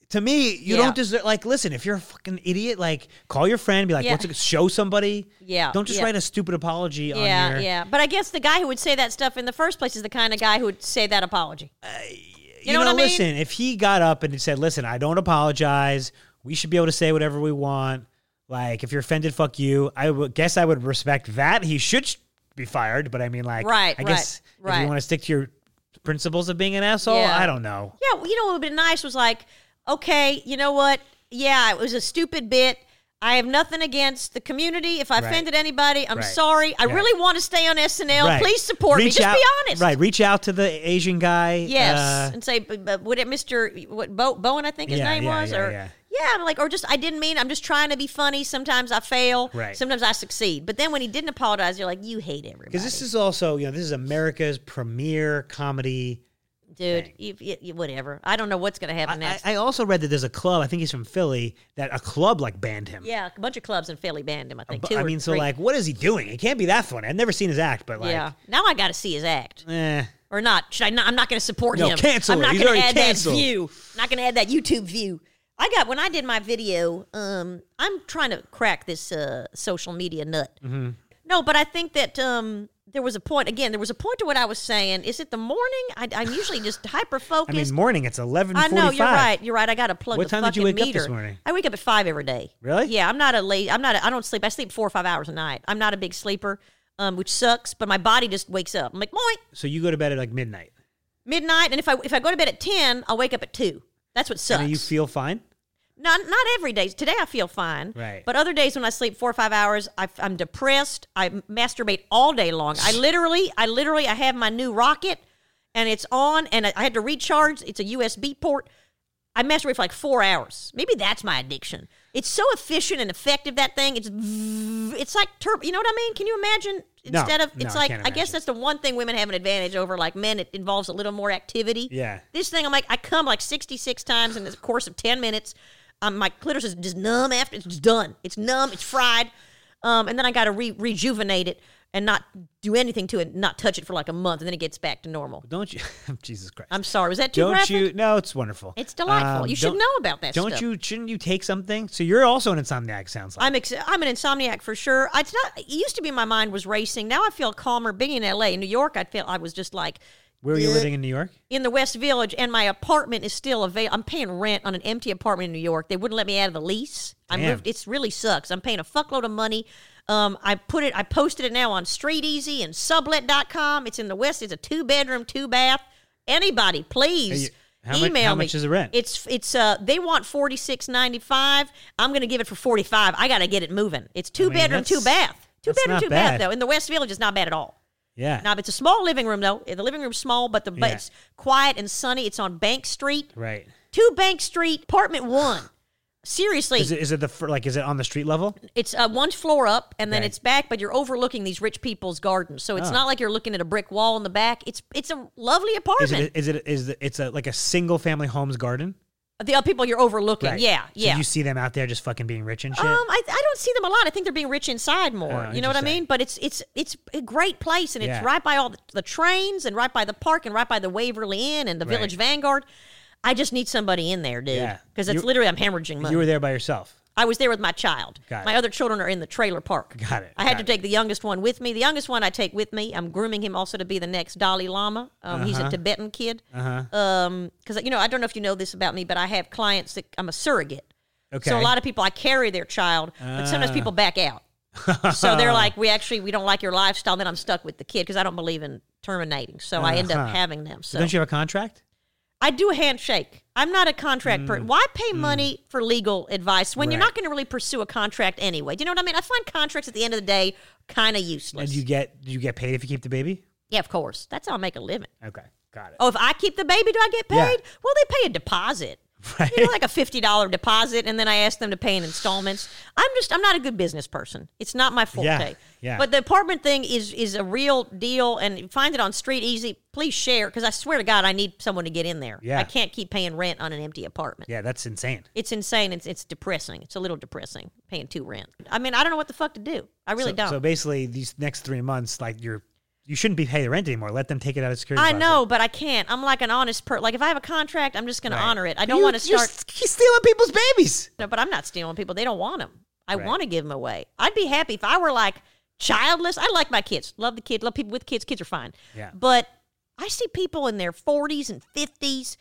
[SPEAKER 3] to me, you
[SPEAKER 2] Yeah.
[SPEAKER 3] don't deserve, like, listen, if you're a fucking idiot, like, call your friend, be like,
[SPEAKER 2] Yeah.
[SPEAKER 3] what's it, show somebody.
[SPEAKER 2] Yeah,
[SPEAKER 3] Don't just
[SPEAKER 2] yeah.
[SPEAKER 3] write a stupid apology
[SPEAKER 2] yeah,
[SPEAKER 3] on your.
[SPEAKER 2] yeah. But I guess the guy who would say that stuff in the first place is the kind of guy who would say that apology.
[SPEAKER 3] Uh, You,
[SPEAKER 2] know
[SPEAKER 3] know,
[SPEAKER 2] what I mean?
[SPEAKER 3] listen, if he got up and said, listen, I don't apologize. We should be able to say whatever we want. Like, if you're offended, fuck you. I would guess I would respect that. He should sh- be fired, but I mean, like,
[SPEAKER 2] Right,
[SPEAKER 3] I
[SPEAKER 2] right,
[SPEAKER 3] guess if
[SPEAKER 2] right.
[SPEAKER 3] you want to stick to your principles of being an asshole,
[SPEAKER 2] Yeah.
[SPEAKER 3] I don't know.
[SPEAKER 2] Yeah, well, you know what would have been nice was like, okay, you know what? Yeah, it was a stupid bit. I have nothing against the community. If I
[SPEAKER 3] Right.
[SPEAKER 2] offended anybody, I'm
[SPEAKER 3] Right.
[SPEAKER 2] sorry. I
[SPEAKER 3] Yeah.
[SPEAKER 2] really want to stay on SNL.
[SPEAKER 3] Right.
[SPEAKER 2] Please support me.
[SPEAKER 3] Reach
[SPEAKER 2] Just
[SPEAKER 3] out,
[SPEAKER 2] be honest.
[SPEAKER 3] Right. Reach out to the Asian guy.
[SPEAKER 2] Yes,
[SPEAKER 3] uh,
[SPEAKER 2] and say, but, but would it, Mister what Bo, Bowen? I think his
[SPEAKER 3] Yeah,
[SPEAKER 2] name
[SPEAKER 3] yeah,
[SPEAKER 2] was,
[SPEAKER 3] yeah,
[SPEAKER 2] or
[SPEAKER 3] yeah.
[SPEAKER 2] I'm like, or just I didn't mean. I'm just trying to be funny. Sometimes I fail.
[SPEAKER 3] Right.
[SPEAKER 2] Sometimes I succeed. But then when he didn't apologize, you're like, you hate everybody.
[SPEAKER 3] Because this is also, you know, this is America's premier comedy
[SPEAKER 2] dude.
[SPEAKER 3] thing.
[SPEAKER 2] You, you, you- whatever. I don't know what's going to happen
[SPEAKER 3] I,
[SPEAKER 2] next.
[SPEAKER 3] I also read that there's a club. I think he's from Philly. That a club like banned him.
[SPEAKER 2] yeah, a bunch of clubs in Philly banned him. I think
[SPEAKER 3] But,
[SPEAKER 2] two.
[SPEAKER 3] I
[SPEAKER 2] or
[SPEAKER 3] mean, so
[SPEAKER 2] three.
[SPEAKER 3] like, what is he doing? It can't be that funny. I've never seen his act, but like,
[SPEAKER 2] yeah. Now I got to see his act
[SPEAKER 3] eh.
[SPEAKER 2] or not. Should I not? I'm not going to support
[SPEAKER 3] No,
[SPEAKER 2] him.
[SPEAKER 3] cancel
[SPEAKER 2] I'm
[SPEAKER 3] it.
[SPEAKER 2] not
[SPEAKER 3] He's
[SPEAKER 2] gonna
[SPEAKER 3] already
[SPEAKER 2] add
[SPEAKER 3] canceled.
[SPEAKER 2] that view. Not going to add that YouTube view. I got when I did my video. Um, I'm trying to crack this uh, social media nut.
[SPEAKER 3] Mm-hmm.
[SPEAKER 2] No, but I think that um, there was a point. Again, there was a point to what I was saying. Is it the morning? I, I'm usually just hyper
[SPEAKER 3] I
[SPEAKER 2] focused.
[SPEAKER 3] mean, morning. It's eleven
[SPEAKER 2] I
[SPEAKER 3] forty-five.
[SPEAKER 2] know you're right. You're right. I got to plug
[SPEAKER 3] What
[SPEAKER 2] the
[SPEAKER 3] time did
[SPEAKER 2] fucking
[SPEAKER 3] you wake up
[SPEAKER 2] meter.
[SPEAKER 3] this morning?
[SPEAKER 2] I wake up at five every day.
[SPEAKER 3] Really?
[SPEAKER 2] Yeah. I'm not a late. I'm not. A, I don't sleep. I sleep four or five hours a night. I'm not a big sleeper, um, which sucks. But my body just wakes up. I'm like, moink,
[SPEAKER 3] So you go to bed at like midnight.
[SPEAKER 2] midnight. And if I if I go to bed at ten, I'll wake up at two. That's what sucks.
[SPEAKER 3] And you feel fine.
[SPEAKER 2] not not every day. Today I feel fine.
[SPEAKER 3] Right.
[SPEAKER 2] But other days when I sleep four or five hours, I, I'm depressed. I masturbate all day long. I literally, I literally, I have my new rocket, and it's on, and I, I had to recharge. It's a USB port. I masturbate for like four hours. Maybe that's my addiction. It's so efficient and effective that thing. It's v- it's like turbo. You know what I mean? Can you imagine?
[SPEAKER 3] No,
[SPEAKER 2] Instead of
[SPEAKER 3] no,
[SPEAKER 2] it's
[SPEAKER 3] I
[SPEAKER 2] like
[SPEAKER 3] can't
[SPEAKER 2] I guess
[SPEAKER 3] imagine.
[SPEAKER 2] that's the one thing women have an advantage over. Like men, it involves a little more activity.
[SPEAKER 3] Yeah.
[SPEAKER 2] This thing, I'm like, I come like 66 times in the course of 10 minutes. Um, my clitoris is just numb after it's done. It's numb. It's fried. Um, and then I got to re- rejuvenate it and not do anything to it, not touch it for like a month, and then it gets back to normal.
[SPEAKER 3] Don't you? Jesus Christ.
[SPEAKER 2] I'm sorry. Was that too
[SPEAKER 3] don't
[SPEAKER 2] graphic?
[SPEAKER 3] you? No, it's wonderful. Um,
[SPEAKER 2] It's delightful. You should
[SPEAKER 3] don't-
[SPEAKER 2] know about that
[SPEAKER 3] Don't
[SPEAKER 2] stuff.
[SPEAKER 3] you? Shouldn't you take something? So you're also an insomniac. Sounds like.
[SPEAKER 2] I'm ex- I'm an insomniac for sure. It's not. It used to be my mind was racing. Now I feel calmer. Being in L.A., in New York, I feel I was just like
[SPEAKER 3] Where were you living in New York?
[SPEAKER 2] in the West Village, and my apartment is still available. I'm paying rent on an empty apartment in New York. They wouldn't let me out of the lease. I
[SPEAKER 3] Damn.
[SPEAKER 2] moved. It's really sucks. I'm paying a fuckload of money. Um, I put it. I posted it now on Street Easy and Sublet.com. It's in the West. It's a two bedroom, two bath. Anybody, please.
[SPEAKER 3] Hey, how mu-
[SPEAKER 2] Email
[SPEAKER 3] how
[SPEAKER 2] me.
[SPEAKER 3] much is the rent?
[SPEAKER 2] It's it's uh they want forty six ninety five. I'm gonna give it for forty five. I gotta get it moving. It's two
[SPEAKER 3] mean,
[SPEAKER 2] bedroom, two
[SPEAKER 3] that's-
[SPEAKER 2] bath. Two
[SPEAKER 3] that's
[SPEAKER 2] bedroom,
[SPEAKER 3] not
[SPEAKER 2] two bath
[SPEAKER 3] bad.
[SPEAKER 2] though. In the West Village, it's not bad at all.
[SPEAKER 3] Yeah.
[SPEAKER 2] Now, it's a small living room though. The living room's small, but the but
[SPEAKER 3] Yeah.
[SPEAKER 2] it's quiet and sunny. It's on Bank Street,
[SPEAKER 3] right.
[SPEAKER 2] two Bank Street, apartment one. Seriously,
[SPEAKER 3] Is it, is it the fir- like? Is it on the street level?
[SPEAKER 2] it's uh, one floor up and then
[SPEAKER 3] Okay.
[SPEAKER 2] it's back, but you're overlooking these rich people's gardens. So it's
[SPEAKER 3] Oh.
[SPEAKER 2] not like you're looking at a brick wall in the back. It's it's a lovely
[SPEAKER 3] Is
[SPEAKER 2] apartment.
[SPEAKER 3] it? Is it? Is it? It's a like a single family home's garden.
[SPEAKER 2] the other people you're overlooking,
[SPEAKER 3] Right.
[SPEAKER 2] yeah,
[SPEAKER 3] So
[SPEAKER 2] yeah.
[SPEAKER 3] you see them out there just fucking being rich and shit.
[SPEAKER 2] Um, I, I don't see them a lot. I think they're being rich inside more.
[SPEAKER 3] Oh,
[SPEAKER 2] you know what I
[SPEAKER 3] interesting.
[SPEAKER 2] mean? But it's it's it's a great place, and
[SPEAKER 3] Yeah.
[SPEAKER 2] it's right by all the, the trains, and right by the park, and right by the Waverly Inn and the Village Vanguard. I just need somebody in there, dude,
[SPEAKER 3] Yeah.
[SPEAKER 2] because that's
[SPEAKER 3] You-
[SPEAKER 2] literally I'm hemorrhaging money.
[SPEAKER 3] you were there by yourself.
[SPEAKER 2] I was there with my child.
[SPEAKER 3] Got
[SPEAKER 2] my
[SPEAKER 3] it.
[SPEAKER 2] other children are in the trailer park.
[SPEAKER 3] Got it,
[SPEAKER 2] I had
[SPEAKER 3] got
[SPEAKER 2] to
[SPEAKER 3] it.
[SPEAKER 2] take the youngest one with me. The youngest one I take with me. I'm grooming him also to be the next Dalai Lama. Um, He's a Tibetan kid. Uh-huh. because you know I don't know if you know this about me, but I have clients that I'm a surrogate.
[SPEAKER 3] Okay.
[SPEAKER 2] So a lot of people I carry their child, but sometimes people back out. so they're like, we actually we don't like your lifestyle. Then I'm stuck with the kid because I don't believe in terminating. So I end up
[SPEAKER 3] Uh-huh.
[SPEAKER 2] having them. So
[SPEAKER 3] Don't you have a contract?
[SPEAKER 2] I do a handshake. I'm not a contract person. Why pay money for legal advice when you're
[SPEAKER 3] Mm. Right.
[SPEAKER 2] not going to really pursue a contract anyway? Do you know what I mean? I find contracts at the end of the day kind of
[SPEAKER 3] And
[SPEAKER 2] useless.
[SPEAKER 3] you get? Do you get paid if you keep the baby?
[SPEAKER 2] yeah, of course. That's how I make a living.
[SPEAKER 3] Okay. Got it.
[SPEAKER 2] Oh, if I keep the baby, do I get paid?
[SPEAKER 3] Yeah.
[SPEAKER 2] Well, they pay a deposit.
[SPEAKER 3] Right.
[SPEAKER 2] You know, like a fifty dollar deposit, and then I ask them to pay in installments. I'm just I'm not a good business person. It's not my forte.
[SPEAKER 3] Yeah, yeah.
[SPEAKER 2] But the apartment thing is is a real deal, and find it on Street Easy. Please share, because I swear to God, I need someone to get in there.
[SPEAKER 3] Yeah.
[SPEAKER 2] I can't keep paying rent on an empty apartment.
[SPEAKER 3] Yeah, that's insane.
[SPEAKER 2] It's insane. It's it's depressing. It's a little depressing paying two rent. I mean, I don't know what the fuck to do. I really
[SPEAKER 3] so,
[SPEAKER 2] don't.
[SPEAKER 3] So basically, these next three months, like you're, you shouldn't be paying the rent anymore. Let them take it out of security.
[SPEAKER 2] I
[SPEAKER 3] deposit.
[SPEAKER 2] know, but I can't. I'm like an honest per. Like if I have a contract, I'm just going to
[SPEAKER 3] Right.
[SPEAKER 2] honor it. I don't
[SPEAKER 3] You-
[SPEAKER 2] want to
[SPEAKER 3] you're
[SPEAKER 2] start.
[SPEAKER 3] st- He's stealing people's babies.
[SPEAKER 2] No, but I'm not stealing people. They don't want them. I
[SPEAKER 3] Right.
[SPEAKER 2] want to give them away. I'd be happy if I were like childless. I like my kids. Love the kids. Love people with kids. Kids are fine.
[SPEAKER 3] Yeah.
[SPEAKER 2] But I see people in their 40s and 50s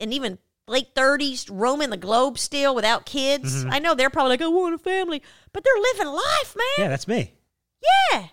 [SPEAKER 2] and even late 30s roaming the globe still without kids.
[SPEAKER 3] Mm-hmm.
[SPEAKER 2] I know they're probably like, I want a family, but they're living life, man.
[SPEAKER 3] Yeah, that's me.
[SPEAKER 2] Yeah.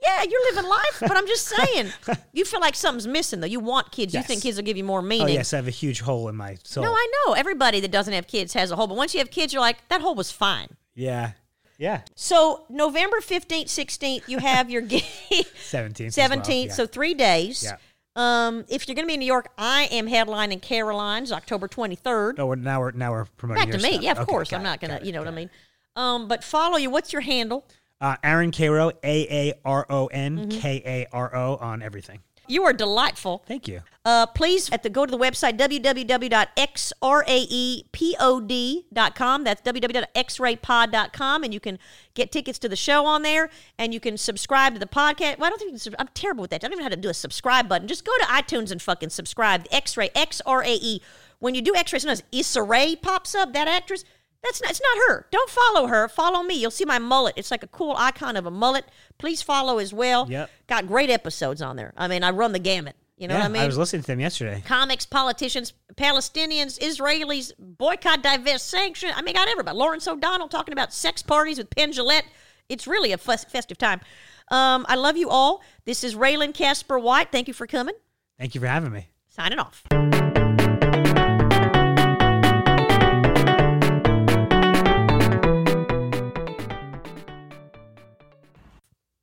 [SPEAKER 2] Yeah, you're living life, but I'm just saying, you feel like something's missing though. You want kids. You
[SPEAKER 3] Yes.
[SPEAKER 2] think kids will give you more
[SPEAKER 3] Oh
[SPEAKER 2] meaning.
[SPEAKER 3] yes, I have a huge hole in my soul.
[SPEAKER 2] No, I know. Everybody that doesn't have kids has a hole, but once you have kids, you're like, that hole was fine.
[SPEAKER 3] yeah, yeah.
[SPEAKER 2] So November 15th, 16th, you have your gig.
[SPEAKER 3] 17th.
[SPEAKER 2] 17th, so three days.
[SPEAKER 3] Yeah.
[SPEAKER 2] Um, if you're going to be in New York, I am headlining Caroline's October 23rd.
[SPEAKER 3] no, we're, now we're now we're promoting.
[SPEAKER 2] Back to
[SPEAKER 3] your
[SPEAKER 2] me.
[SPEAKER 3] stuff.
[SPEAKER 2] Yeah, of
[SPEAKER 3] Okay,
[SPEAKER 2] course.
[SPEAKER 3] got
[SPEAKER 2] I'm
[SPEAKER 3] it,
[SPEAKER 2] not going
[SPEAKER 3] got
[SPEAKER 2] to,
[SPEAKER 3] it,
[SPEAKER 2] you know what
[SPEAKER 3] got
[SPEAKER 2] I mean? Um, but follow you. What's your handle? Mm-hmm.
[SPEAKER 3] it. Uh, Aaron Cairo, A A R O N K A R O on everything.
[SPEAKER 2] You are delightful.
[SPEAKER 3] Thank you.
[SPEAKER 2] Uh, please at the, go to the website E www.xraepod.com. That's www.xraypod.com, and you can get tickets to the show on there, and you can subscribe to the podcast. Well, I don't think you can, sub- I'm terrible with that. I don't even know how to do a subscribe button. Just go to iTunes and fucking subscribe. X-ray, X-R-A-E. E. When you do X-ray, sometimes Issa Rae pops up. That actress. That's not. It's not her. Don't follow her. Follow me. You'll see my mullet. It's like a cool icon of a mullet. Please follow as well.
[SPEAKER 3] Yep.
[SPEAKER 2] Got great episodes on there. I mean, I run the gamut. You know
[SPEAKER 3] yeah,
[SPEAKER 2] what I mean?
[SPEAKER 3] was listening to them yesterday.
[SPEAKER 2] comics, politicians, Palestinians, Israelis, boycott, divest, sanction. I mean, got everybody. Lawrence O'Donnell talking about sex parties with Penn Jillette. It's really a fes- festive time. Um, I love you all. This is Raylan Casper White. Thank you for coming.
[SPEAKER 3] Thank you for having me.
[SPEAKER 2] Signing off.